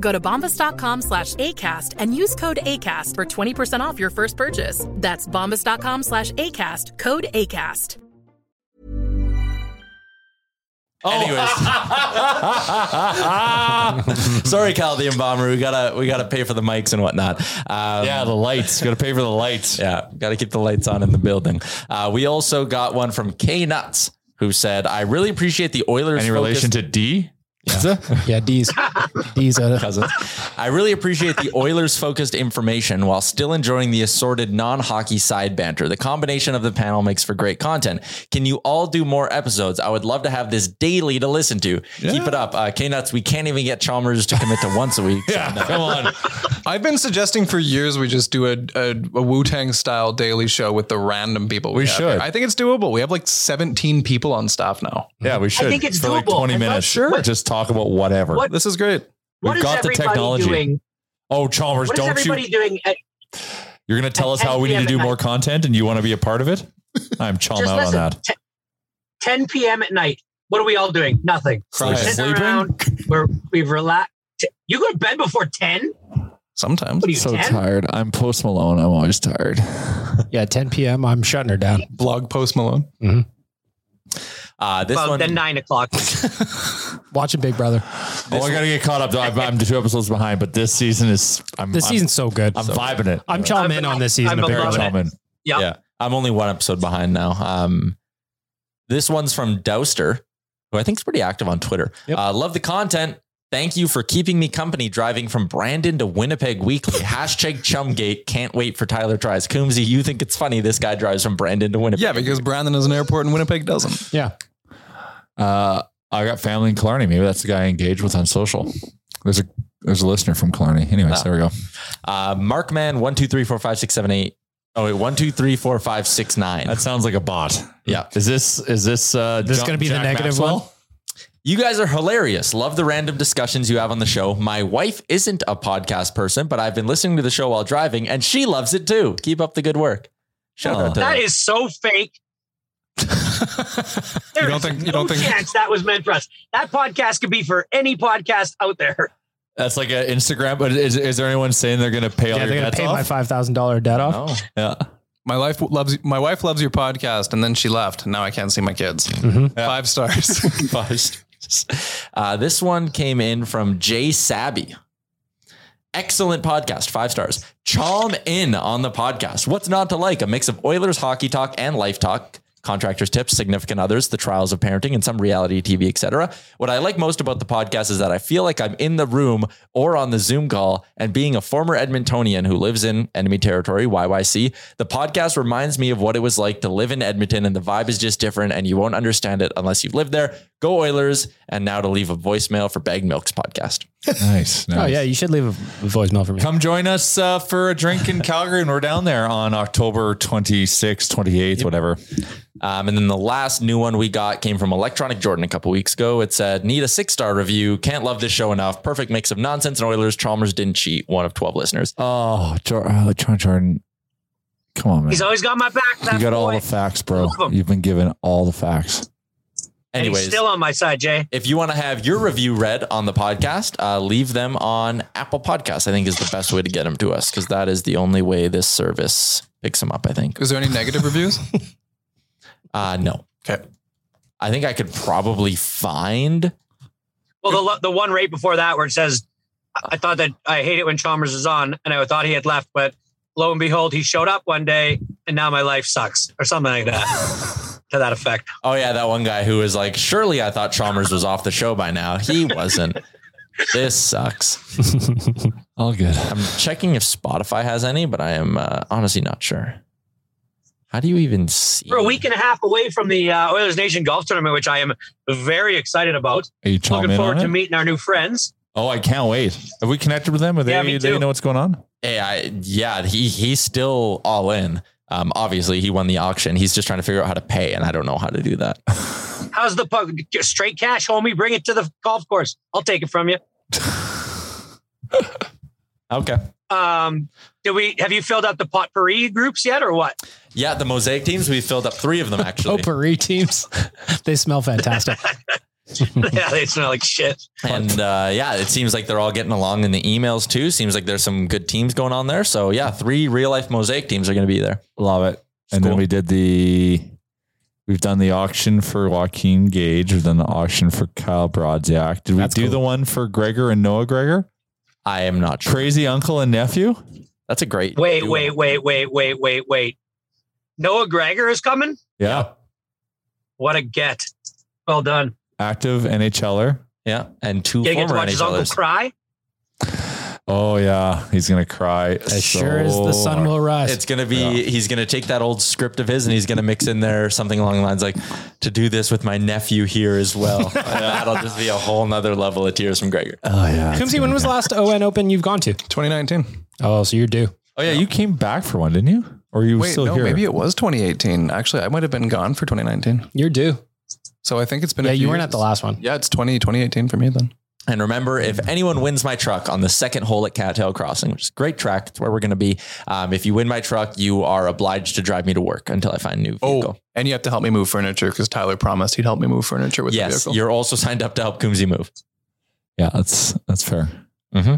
[SPEAKER 11] Go to bombas.com slash ACAST and use code ACAST for 20% off your first purchase. That's bombas.com slash ACAST, code ACAST.
[SPEAKER 5] Anyways, sorry, Cal the Embalmer. We gotta we gotta pay for the mics and whatnot. Um, yeah, the lights. Gotta pay for the lights. Yeah, gotta keep the lights on in the building. Uh, we also got one from K Nuts who said, "I really appreciate the Oilers."
[SPEAKER 7] Any relation to
[SPEAKER 5] D? Yeah, yeah D's D's are cousins. I really appreciate the Oilers focused information while still enjoying the assorted non hockey side banter. The combination of the panel makes for great content. Can you all do more episodes? I would love to have this daily to listen to. Keep it up, uh, K Nuts. We can't even get Chalmers to commit to once a week. yeah,
[SPEAKER 8] come on. I've been suggesting for years we just do a, a, a Wu Tang style daily show with the random people. We,
[SPEAKER 7] We
[SPEAKER 8] have
[SPEAKER 7] should.
[SPEAKER 8] here. I think it's doable. We have like 17 people on staff now.
[SPEAKER 7] Yeah, we should. for like 20 minutes.
[SPEAKER 8] sure.
[SPEAKER 7] Just talk about whatever.
[SPEAKER 8] What- This is great.
[SPEAKER 7] We've
[SPEAKER 8] what is
[SPEAKER 7] got the
[SPEAKER 8] everybody
[SPEAKER 7] technology.
[SPEAKER 8] doing?
[SPEAKER 7] Oh, Chalmers,
[SPEAKER 4] What is
[SPEAKER 7] don't
[SPEAKER 4] everybody
[SPEAKER 7] you?
[SPEAKER 4] doing? At,
[SPEAKER 7] You're going to tell us how we need to do more content and you want to be a part of it? I'm chum
[SPEAKER 4] Just
[SPEAKER 7] out on
[SPEAKER 4] listen.
[SPEAKER 7] that.
[SPEAKER 4] 10 p.m. at night. What are we all doing? Nothing.
[SPEAKER 7] Crying.
[SPEAKER 4] Sitting
[SPEAKER 7] Sleeping?
[SPEAKER 4] around. We're, we've relaxed. You go to bed before 10?
[SPEAKER 8] Sometimes.
[SPEAKER 4] What are you,
[SPEAKER 7] So
[SPEAKER 4] 10?
[SPEAKER 7] tired. I'm post Malone. I'm always tired.
[SPEAKER 2] Yeah, 10 p.m. I'm shutting her down.
[SPEAKER 8] Blog post Malone.
[SPEAKER 5] Uh, this
[SPEAKER 4] Well,
[SPEAKER 5] one.
[SPEAKER 4] then 9 o'clock.
[SPEAKER 2] Watching Big Brother.
[SPEAKER 7] Oh, I got to get caught up. I'm, I'm two episodes behind, but this season is. I'm,
[SPEAKER 2] This
[SPEAKER 7] I'm-
[SPEAKER 2] seasons so good.
[SPEAKER 7] I'm
[SPEAKER 2] So
[SPEAKER 7] vibing it.
[SPEAKER 2] I'm chum in on this season.
[SPEAKER 5] I'm
[SPEAKER 2] apparently.
[SPEAKER 5] loving it.
[SPEAKER 7] Chum in.
[SPEAKER 5] Yeah. I'm only one episode behind now. Um, this one's from Douster, who I think is pretty active on Twitter. Uh, love the content. Thank you for keeping me company driving from Brandon to Winnipeg weekly. Hashtag Chumgate. Can't wait for Tyler tries. Coombsy, you think it's funny this guy drives from Brandon to Winnipeg?
[SPEAKER 8] Yeah, because Brandon is an airport and Winnipeg doesn't.
[SPEAKER 2] Yeah.
[SPEAKER 7] Uh, I got family in Killarney. Maybe that's the guy I engage with on social. There's a there's a listener from Killarney. Anyways,
[SPEAKER 5] Ah.
[SPEAKER 7] there we go.
[SPEAKER 5] Uh, Markman one two three four five six seven eight. Oh wait, one two three four five six nine.
[SPEAKER 7] That sounds like a bot.
[SPEAKER 5] Yeah.
[SPEAKER 7] Is this is this uh
[SPEAKER 2] This
[SPEAKER 7] John-
[SPEAKER 2] gonna be the
[SPEAKER 7] Jack
[SPEAKER 2] negative
[SPEAKER 7] Maxwell?
[SPEAKER 2] one?
[SPEAKER 5] You guys are hilarious. Love the random discussions you have on the show. My wife isn't a podcast person, but I've been listening to the show while driving, and she loves it too. Keep up the good work. Shout out to
[SPEAKER 4] That is so fake. There
[SPEAKER 8] You don't
[SPEAKER 4] is
[SPEAKER 8] think- you
[SPEAKER 4] no
[SPEAKER 8] don't think-
[SPEAKER 4] chance that was meant for us. That podcast could be for any podcast out there.
[SPEAKER 7] That's like an Instagram, but is, is there anyone saying they're gonna pay all
[SPEAKER 2] Yeah,
[SPEAKER 7] your
[SPEAKER 2] they're gonna
[SPEAKER 7] debts
[SPEAKER 2] pay
[SPEAKER 7] off?
[SPEAKER 2] my five thousand dollar debt off.
[SPEAKER 5] Oh,
[SPEAKER 7] yeah.
[SPEAKER 8] My wife loves my wife loves your podcast, and then she left. Now I can't see my kids. Five stars.
[SPEAKER 5] Five stars. Uh, this one came in from Jay Sabby. Excellent podcast, five stars. Chom in on the podcast. What's not to like? A mix of Oilers hockey talk and life talk, contractors tips, significant others, the trials of parenting, and some reality TV, etc. What I like most about the podcast is that I feel like I'm in the room or on the Zoom call. And being a former Edmontonian who lives in enemy territory, YYC, the podcast reminds me of what it was like to live in Edmonton, and the vibe is just different, and you won't understand it unless you've lived there. Go Oilers! And now to leave a voicemail for Bag Milk's podcast.
[SPEAKER 7] Nice, nice.
[SPEAKER 2] Oh yeah, you should leave a voicemail for me.
[SPEAKER 7] Come join us uh, for a drink in Calgary, and we're down there on October 26th, 28th, whatever.
[SPEAKER 5] Um, and then the last new one we got came from Electronic Jordan a couple weeks ago. It said, Need a six star review. Can't love this show enough. Perfect mix of
[SPEAKER 7] Uh,
[SPEAKER 5] nonsense and Oilers. Chalmers didn't cheat. One of 12 listeners.
[SPEAKER 7] Oh, Jordan, Jordan. Come on, man.
[SPEAKER 4] He's always got my back. That
[SPEAKER 7] you got
[SPEAKER 4] boy.
[SPEAKER 7] all the facts, bro.
[SPEAKER 4] Love 'em.
[SPEAKER 7] You've been given all the facts.
[SPEAKER 4] And he's
[SPEAKER 5] Anyways,
[SPEAKER 4] still on my side, Jay.
[SPEAKER 5] if you want to have your review read on the podcast, uh, leave them on Apple Podcasts. I think is the best way to get them to us because that is the only way this service picks them up. I think.
[SPEAKER 8] Is there any negative reviews?
[SPEAKER 5] Uh, no.
[SPEAKER 8] Okay.
[SPEAKER 5] I think I could probably find.
[SPEAKER 4] Well, the lo- the one right before that where it says, "I I thought that I hate it when Chalmers was on, and I thought he had left, but lo and behold, he showed up one day, and now my life sucks," or something like that, to that effect.
[SPEAKER 5] Oh yeah, that one guy who was like, "Surely I thought Chalmers was off the show by now. He wasn't." this sucks.
[SPEAKER 7] All good.
[SPEAKER 5] I'm checking if Spotify has any, but I am uh, honestly not sure. How do you even see?
[SPEAKER 4] We're a week and a half away from the uh, Oilers Nation Golf Tournament, which I am very excited about.
[SPEAKER 7] Are you chiming
[SPEAKER 4] Looking
[SPEAKER 7] in
[SPEAKER 4] forward
[SPEAKER 7] on
[SPEAKER 4] to
[SPEAKER 7] it?
[SPEAKER 4] meeting our new friends.
[SPEAKER 7] Oh, I can't wait. Have we connected with them? Are they,
[SPEAKER 4] Yeah, me
[SPEAKER 7] they
[SPEAKER 4] too.
[SPEAKER 7] know what's going on?
[SPEAKER 5] Hey, I, yeah, he he's still all in. Um, obviously, he won the auction. He's just trying to figure out how to pay, and I don't know how to do that.
[SPEAKER 4] How's the puck? Straight cash, homie. Bring it to the golf course. I'll take it from you.
[SPEAKER 5] Okay.
[SPEAKER 4] Um, do we have you filled out the potpourri groups yet, or what?
[SPEAKER 5] Yeah, the mosaic teams we filled up three of them actually.
[SPEAKER 2] Potpourri teams, they smell fantastic.
[SPEAKER 4] yeah, they smell like shit.
[SPEAKER 5] And uh, yeah, it seems like they're all getting along in the emails too. Seems like there's some good teams going on there. So yeah, three real life mosaic teams are going to be there.
[SPEAKER 7] Love it. And then we did the we've done the auction for Joaquin Gage. We've done the auction for Kyle Brodziak. Did we do the one for Gregor and Noah Gregor?
[SPEAKER 5] I am not sure.
[SPEAKER 7] Crazy uncle and nephew.
[SPEAKER 5] That's a great.
[SPEAKER 4] Wait, wait, wait, wait, wait, wait, wait. Noah Gregor is coming.
[SPEAKER 7] Yeah.
[SPEAKER 4] What a get! Well done.
[SPEAKER 7] Active NHLer.
[SPEAKER 5] Yeah, and two
[SPEAKER 4] You get to watch his uncle cry.
[SPEAKER 7] Oh yeah, he's gonna cry. As
[SPEAKER 2] sure as the sun will rise.
[SPEAKER 5] It's gonna be. He's gonna take that old script of his and he's gonna mix in there something along the lines like, "To do this with my nephew here as well." And That'll just be a whole nother level of tears from Gregor.
[SPEAKER 7] Oh yeah.
[SPEAKER 2] Coomsey, when was the last ON Open you've gone to?
[SPEAKER 8] 2019.
[SPEAKER 2] Oh, so you're due.
[SPEAKER 5] Oh yeah,
[SPEAKER 7] you came back for one, didn't you? Or are you
[SPEAKER 8] Wait,
[SPEAKER 7] still
[SPEAKER 8] no,
[SPEAKER 7] here?
[SPEAKER 8] maybe it was 2018. Actually, I might have been gone for 2019.
[SPEAKER 2] You're due.
[SPEAKER 8] So I think it's been.
[SPEAKER 2] Yeah,
[SPEAKER 8] a few
[SPEAKER 2] you weren't at
[SPEAKER 8] years.
[SPEAKER 2] the last one.
[SPEAKER 8] Yeah, it's 20, 2018 for me then.
[SPEAKER 5] And remember, if anyone wins my truck on the second hole at Cattail Crossing, which is a great track, it's where we're going to be. Um, if you win my truck, you are obliged to drive me to work until I find a new
[SPEAKER 8] Oh,
[SPEAKER 5] vehicle.
[SPEAKER 8] and you have to help me move furniture because Tyler promised he'd help me move furniture with the
[SPEAKER 5] yes,
[SPEAKER 8] vehicle.
[SPEAKER 5] you're also signed up to help Coomsey move.
[SPEAKER 7] Yeah, that's that's fair.
[SPEAKER 5] Mm-hmm.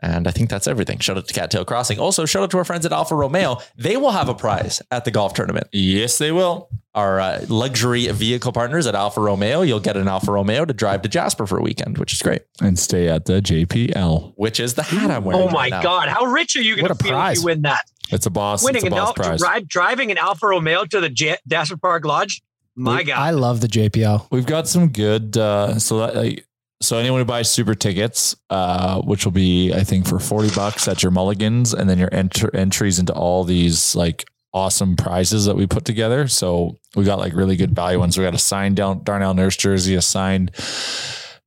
[SPEAKER 5] And I think that's everything. Shout out to Cattail Crossing. Also, shout out to our friends at Alfa Romeo. They will have a prize at the golf tournament. Yes, they will. Our uh, luxury vehicle partners at Alfa Romeo. You'll get an Alfa Romeo to drive to Jasper for a weekend, which is great.
[SPEAKER 7] And stay at the JPL.
[SPEAKER 5] Which is the hat I'm wearing.
[SPEAKER 4] Oh
[SPEAKER 5] right
[SPEAKER 4] my
[SPEAKER 5] now.
[SPEAKER 4] god! How rich are you going
[SPEAKER 7] What
[SPEAKER 4] to
[SPEAKER 7] a
[SPEAKER 4] feel if
[SPEAKER 7] prize.
[SPEAKER 4] you win that?
[SPEAKER 7] It's a boss.
[SPEAKER 4] Winning
[SPEAKER 7] it's a
[SPEAKER 4] an
[SPEAKER 7] boss
[SPEAKER 4] Al-
[SPEAKER 7] prize.
[SPEAKER 4] dri- driving an Alfa Romeo to the J- Dasher Park Lodge. My god!
[SPEAKER 2] I love the JPL.
[SPEAKER 7] We've got some good. Uh, so that, like, so anyone who buys super tickets, uh, which will be I think for forty bucks at your Mulligans, and then your enter- entries into all these like awesome prizes that we put together. So we got like really good value ones. We got a signed down Darnell Nurse jersey, a signed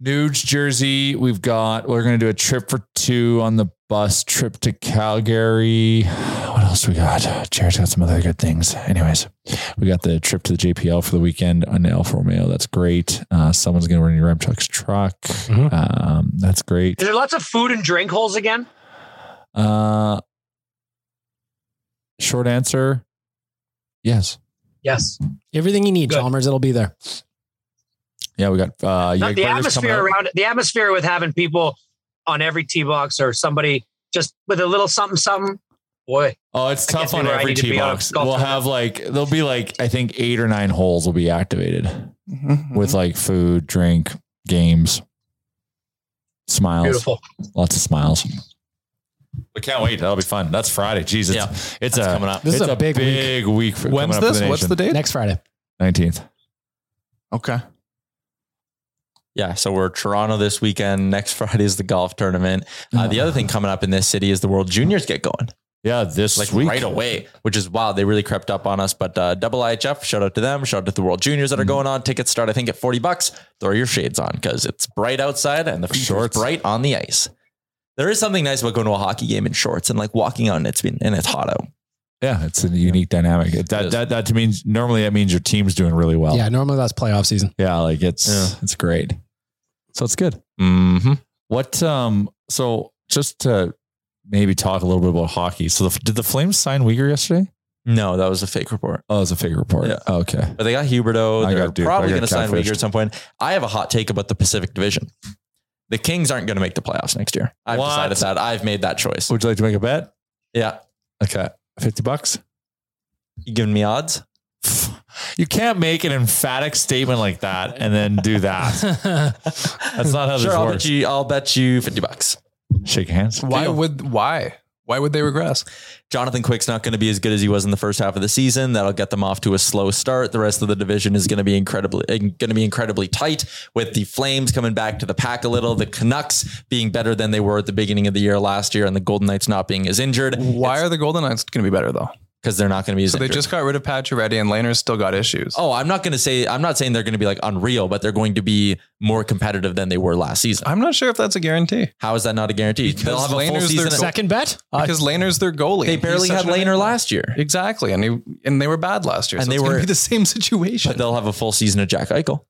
[SPEAKER 7] Nuge jersey. We've got we're gonna do a trip for two on the bus trip to Calgary. What else we got? Jared's got some other good things. Anyways, we got the trip to the JPL for the weekend on the Alfa Romeo. That's great. Uh, someone's gonna run your Remchuck's truck. Um, that's great.
[SPEAKER 4] Is there lots of food and drink holes again?
[SPEAKER 7] Uh, short answer, yes.
[SPEAKER 4] Yes.
[SPEAKER 2] Everything you need, Chalmers, it'll be there.
[SPEAKER 7] Yeah, we got uh,
[SPEAKER 4] Not
[SPEAKER 7] Yegg
[SPEAKER 4] the
[SPEAKER 7] Burgers
[SPEAKER 4] atmosphere
[SPEAKER 7] coming out.
[SPEAKER 4] around the atmosphere with having people on every tee box or somebody just with a little something something. Boy,
[SPEAKER 7] Oh, it's
[SPEAKER 4] I
[SPEAKER 7] tough
[SPEAKER 4] can't
[SPEAKER 7] on
[SPEAKER 4] be where I
[SPEAKER 7] every
[SPEAKER 4] need to
[SPEAKER 7] tee
[SPEAKER 4] be on a
[SPEAKER 7] box.
[SPEAKER 4] golf
[SPEAKER 7] We'll
[SPEAKER 4] tournament.
[SPEAKER 7] have like there'll be like I think eight or nine holes will be activated
[SPEAKER 8] Mm-hmm.
[SPEAKER 5] Mm-hmm.
[SPEAKER 7] with like food, drink, games, smiles,
[SPEAKER 4] beautiful.
[SPEAKER 7] lots of smiles. We can't wait. That'll be fun. That's Friday. Jeez, it's, it's a
[SPEAKER 5] coming up.
[SPEAKER 2] This is
[SPEAKER 7] it's
[SPEAKER 2] a big week.
[SPEAKER 7] week. for-
[SPEAKER 8] When's
[SPEAKER 7] coming up for
[SPEAKER 8] this? What's the date?
[SPEAKER 2] Next Friday.
[SPEAKER 7] Nineteenth.
[SPEAKER 8] Okay.
[SPEAKER 5] Yeah, so we're Toronto this weekend. Next Friday is the golf tournament. Uh, the other thing coming up in this city is the World Juniors get going
[SPEAKER 7] Yeah, this
[SPEAKER 5] like
[SPEAKER 7] week.
[SPEAKER 5] right away, which is wild. They really crept up on us. But uh, double IHF, shout out to them. Shout out to the World Juniors that are going on. Tickets start, I think, at forty bucks. Throw your shades on because it's bright outside and the shorts
[SPEAKER 7] Shorts.
[SPEAKER 5] bright on the ice. There is something nice about going to a hockey game in shorts and like walking out and it's been and it's hot out.
[SPEAKER 7] Yeah, it's a unique dynamic. It- That,
[SPEAKER 5] is.
[SPEAKER 7] that that means normally that means your team's doing really well.
[SPEAKER 2] Yeah, normally that's playoff season.
[SPEAKER 7] Yeah, like it's
[SPEAKER 5] Yeah.
[SPEAKER 7] it's great. So it's good.
[SPEAKER 5] Mm-hmm.
[SPEAKER 7] What um so just to maybe talk a little bit about hockey. So the, did the Flames sign Uyghur yesterday?
[SPEAKER 5] No, that was a fake report.
[SPEAKER 7] Oh, it was a fake report.
[SPEAKER 5] Yeah.
[SPEAKER 7] Okay.
[SPEAKER 5] But they got Huberto.
[SPEAKER 7] I
[SPEAKER 5] They're
[SPEAKER 7] got duped.
[SPEAKER 5] probably
[SPEAKER 7] I
[SPEAKER 5] going
[SPEAKER 7] got
[SPEAKER 5] to sign
[SPEAKER 7] catfished.
[SPEAKER 5] Uyghur at some point. I have a hot take about the Pacific Division. The Kings aren't going to make the playoffs next year. I've
[SPEAKER 7] What?
[SPEAKER 5] decided that. I've made that choice.
[SPEAKER 7] Would you like to make a bet?
[SPEAKER 5] Yeah.
[SPEAKER 7] Okay. 50 bucks.
[SPEAKER 5] You giving me odds?
[SPEAKER 7] You can't make an emphatic statement like that and then do that. That's not how this
[SPEAKER 5] Sure, I'll
[SPEAKER 7] works.
[SPEAKER 5] bet you. I'll bet you fifty bucks.
[SPEAKER 7] Shake hands.
[SPEAKER 8] Why would why? Why would they regress?
[SPEAKER 5] Jonathan Quick's not going to be as good as he was in the first half of the season. That'll get them off to a slow start. The rest of the division is going to be incredibly going to be incredibly tight with the Flames coming back to the pack a little, the Canucks being better than they were at the beginning of the year last year and the Golden Knights not being as injured.
[SPEAKER 8] Why are the Golden Knights going to be better though?
[SPEAKER 5] Because they're not going to be as
[SPEAKER 8] So they
[SPEAKER 5] injured.
[SPEAKER 8] just got rid of Pacioretty and Laner's still got issues.
[SPEAKER 5] Oh, I'm not going to say I'm not saying they're going to be like unreal, but they're going to be more competitive than they were last season.
[SPEAKER 8] I'm not sure if that's a guarantee.
[SPEAKER 5] How is that not a guarantee?
[SPEAKER 8] Because Lehner's their second
[SPEAKER 2] bet.
[SPEAKER 8] Because Laner's their goalie.
[SPEAKER 5] They barely had Lehner
[SPEAKER 8] last
[SPEAKER 5] year.
[SPEAKER 8] Exactly, and he, and they were bad last year.
[SPEAKER 5] and
[SPEAKER 8] so
[SPEAKER 5] they
[SPEAKER 8] it's gonna
[SPEAKER 5] were
[SPEAKER 8] be the same situation.
[SPEAKER 5] But they'll have a full season of Jack Eichel,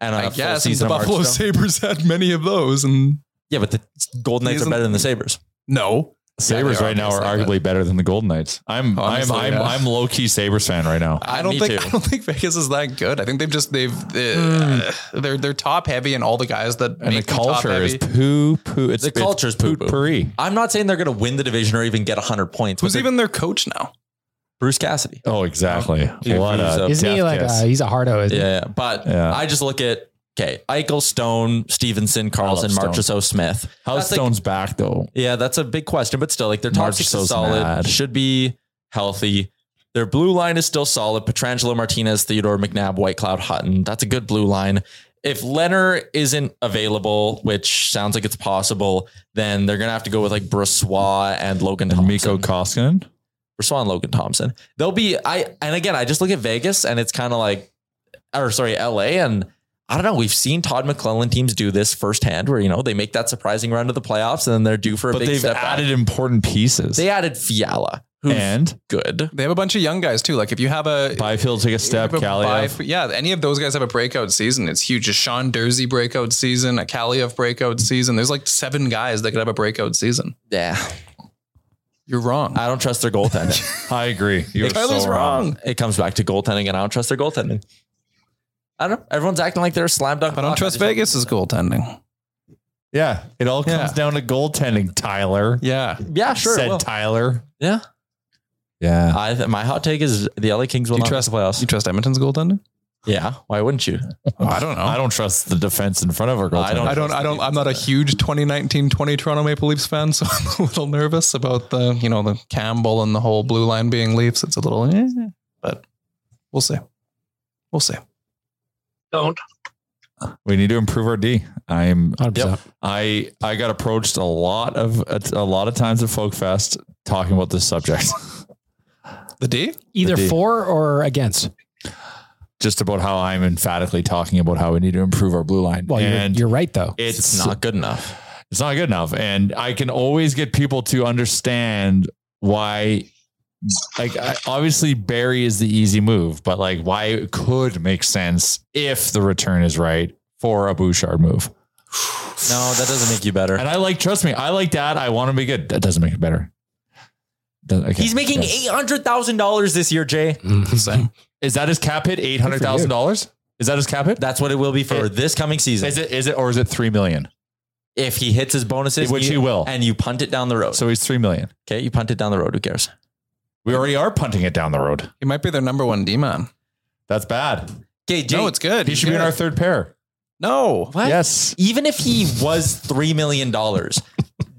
[SPEAKER 5] and a
[SPEAKER 8] I
[SPEAKER 5] full
[SPEAKER 8] guess
[SPEAKER 5] season
[SPEAKER 8] the
[SPEAKER 5] of
[SPEAKER 8] Buffalo
[SPEAKER 5] Markstrom.
[SPEAKER 8] Sabres had many of those. And
[SPEAKER 5] Yeah, but the Golden Knights are
[SPEAKER 8] Isn't-
[SPEAKER 5] better than the Sabers.
[SPEAKER 8] no.
[SPEAKER 7] Sabres
[SPEAKER 8] Yeah,
[SPEAKER 7] right now are
[SPEAKER 8] obviously, but
[SPEAKER 7] arguably better than the Golden Knights. I'm
[SPEAKER 8] Honestly,
[SPEAKER 7] I'm I'm
[SPEAKER 8] yeah.
[SPEAKER 7] I'm low key Sabres fan right now.
[SPEAKER 8] I don't
[SPEAKER 5] Me
[SPEAKER 8] think
[SPEAKER 5] too.
[SPEAKER 8] I don't think Vegas is that good. I think they've just they've uh,
[SPEAKER 5] Hmm.
[SPEAKER 8] they're they're top heavy and all the guys that
[SPEAKER 7] And the
[SPEAKER 8] make them top
[SPEAKER 7] culture is
[SPEAKER 8] heavy.
[SPEAKER 7] poo poo. It's
[SPEAKER 5] The culture's poo
[SPEAKER 7] poo.
[SPEAKER 5] I'm not saying they're going to win the division or even get 100 points.
[SPEAKER 8] Who's
[SPEAKER 5] but
[SPEAKER 8] even their coach now?
[SPEAKER 5] Bruce Cassidy?
[SPEAKER 7] Oh, exactly.
[SPEAKER 5] Dude,
[SPEAKER 7] what
[SPEAKER 5] he's
[SPEAKER 7] a
[SPEAKER 5] a-
[SPEAKER 2] Isn't he
[SPEAKER 7] death
[SPEAKER 2] like
[SPEAKER 7] kiss.
[SPEAKER 2] uh, he's a hardo? Isn't he?
[SPEAKER 5] Yeah, but
[SPEAKER 7] Yeah.
[SPEAKER 5] I just look at okay, Eichel, Stone, Stevenson, Carlson,
[SPEAKER 7] Stone.
[SPEAKER 5] Marchessault, Smith.
[SPEAKER 7] How's
[SPEAKER 5] That's like-
[SPEAKER 7] Stone's back though?
[SPEAKER 5] yeah, that's a big question, but still, like their top six is
[SPEAKER 7] Marchessault's
[SPEAKER 5] solid.
[SPEAKER 7] mad.
[SPEAKER 5] Should be healthy. Their blue line is still solid. Petrangelo, Martinez, Theodore, McNabb, White Cloud, Hutton. That's a good blue line. If Leonard isn't available, which sounds like it's possible, then they're gonna have to go with like Brassois and Logan
[SPEAKER 7] And
[SPEAKER 5] Thompson.
[SPEAKER 7] Miko Koskinen.
[SPEAKER 5] Rashawn Logan Thompson. They'll be I and again I just look at Vegas and it's kind of like or sorry, LA and I don't know. We've seen Todd McClellan teams do this firsthand where, you know, they make that surprising run to the playoffs and then they're due for a
[SPEAKER 7] But
[SPEAKER 5] big
[SPEAKER 7] they've
[SPEAKER 5] step back.
[SPEAKER 7] added important pieces.
[SPEAKER 5] They added Fiala, who's
[SPEAKER 7] and
[SPEAKER 5] good.
[SPEAKER 8] They have a bunch of young guys too. Like if you have a
[SPEAKER 7] Byfield take a step.
[SPEAKER 8] But by-
[SPEAKER 7] Kaliev.
[SPEAKER 8] yeah, any of those guys have a breakout season. It's huge. A Sean Dursey breakout season, a Kaliev breakout season. There's like seven guys that could have a breakout season.
[SPEAKER 5] Yeah.
[SPEAKER 8] You're wrong.
[SPEAKER 5] I don't trust their goaltending.
[SPEAKER 7] I agree. You're
[SPEAKER 8] Tyler's
[SPEAKER 7] so
[SPEAKER 8] wrong.
[SPEAKER 5] It comes back to goaltending and I don't trust their goaltending. I don't know. Everyone's acting like they're a slam dunk.
[SPEAKER 8] I don't
[SPEAKER 5] lock.
[SPEAKER 8] trust
[SPEAKER 5] just-
[SPEAKER 8] Vegas' goaltending.
[SPEAKER 7] Yeah, it all comes
[SPEAKER 8] Yeah.
[SPEAKER 7] down to goaltending, Tyler.
[SPEAKER 8] Yeah.
[SPEAKER 5] Yeah, sure. it
[SPEAKER 7] said
[SPEAKER 5] will.
[SPEAKER 7] Tyler.
[SPEAKER 5] Yeah.
[SPEAKER 7] Yeah.
[SPEAKER 5] I, th- my hot take is the LA Kings will
[SPEAKER 8] You
[SPEAKER 5] not
[SPEAKER 8] trust-
[SPEAKER 5] trust the playoffs.
[SPEAKER 8] You trust Edmonton's goaltending?
[SPEAKER 5] Yeah. Why wouldn't you?
[SPEAKER 8] I don't know.
[SPEAKER 7] I don't trust the defense in front of our goaltender.
[SPEAKER 5] I don't-
[SPEAKER 8] I don't. I don't. I'm not a huge 2019-20 Toronto Maple Leafs fan, so I'm a little nervous about the you know the Campbell and the whole blue line being Leafs. It's a little, eh, but we'll see. We'll see.
[SPEAKER 4] Don't.
[SPEAKER 7] We need to improve our D. I'm
[SPEAKER 2] 100%.
[SPEAKER 7] I I got approached a lot of a, lot of times at Folk Fest talking about this subject,
[SPEAKER 8] The D.
[SPEAKER 2] Either
[SPEAKER 7] The D.
[SPEAKER 2] for or against.
[SPEAKER 7] just about how I'm emphatically talking about how we need to improve our blue line.
[SPEAKER 2] Well, you're,
[SPEAKER 7] and
[SPEAKER 2] you're right though.
[SPEAKER 7] it's,
[SPEAKER 5] It's
[SPEAKER 7] not
[SPEAKER 5] not good enough.
[SPEAKER 7] it's not good enough, and I can always get people to understand why. Like I, obviously Barry is the easy move, but like why it could make sense if the return is right for a Bouchard move.
[SPEAKER 5] No, that doesn't make you better.
[SPEAKER 7] And I like, trust me, I like that. I want him to be good. That doesn't make it better. Does- okay.
[SPEAKER 5] He's making
[SPEAKER 7] Yes.
[SPEAKER 5] eight hundred thousand dollars this year, Jay.
[SPEAKER 8] Same.
[SPEAKER 7] Is that his cap hit? Eight hundred thousand dollars? Is that his cap hit?
[SPEAKER 5] That's what it will be for
[SPEAKER 7] It-
[SPEAKER 5] this coming season.
[SPEAKER 7] Is it? Is it? Or is it three million?
[SPEAKER 5] if he hits his bonuses,
[SPEAKER 7] Which
[SPEAKER 5] you-
[SPEAKER 7] he will.
[SPEAKER 5] and you punt it down the road.
[SPEAKER 7] So he's three million.
[SPEAKER 5] okay, you punt it down the road. Who cares?
[SPEAKER 7] We already are punting it down the road.
[SPEAKER 8] He might be their number one D man.
[SPEAKER 7] That's bad.
[SPEAKER 5] Okay, Jay,
[SPEAKER 8] No, it's good.
[SPEAKER 7] He should be in our third pair.
[SPEAKER 8] No.
[SPEAKER 5] What?
[SPEAKER 7] Yes.
[SPEAKER 5] Even if he was three million dollars,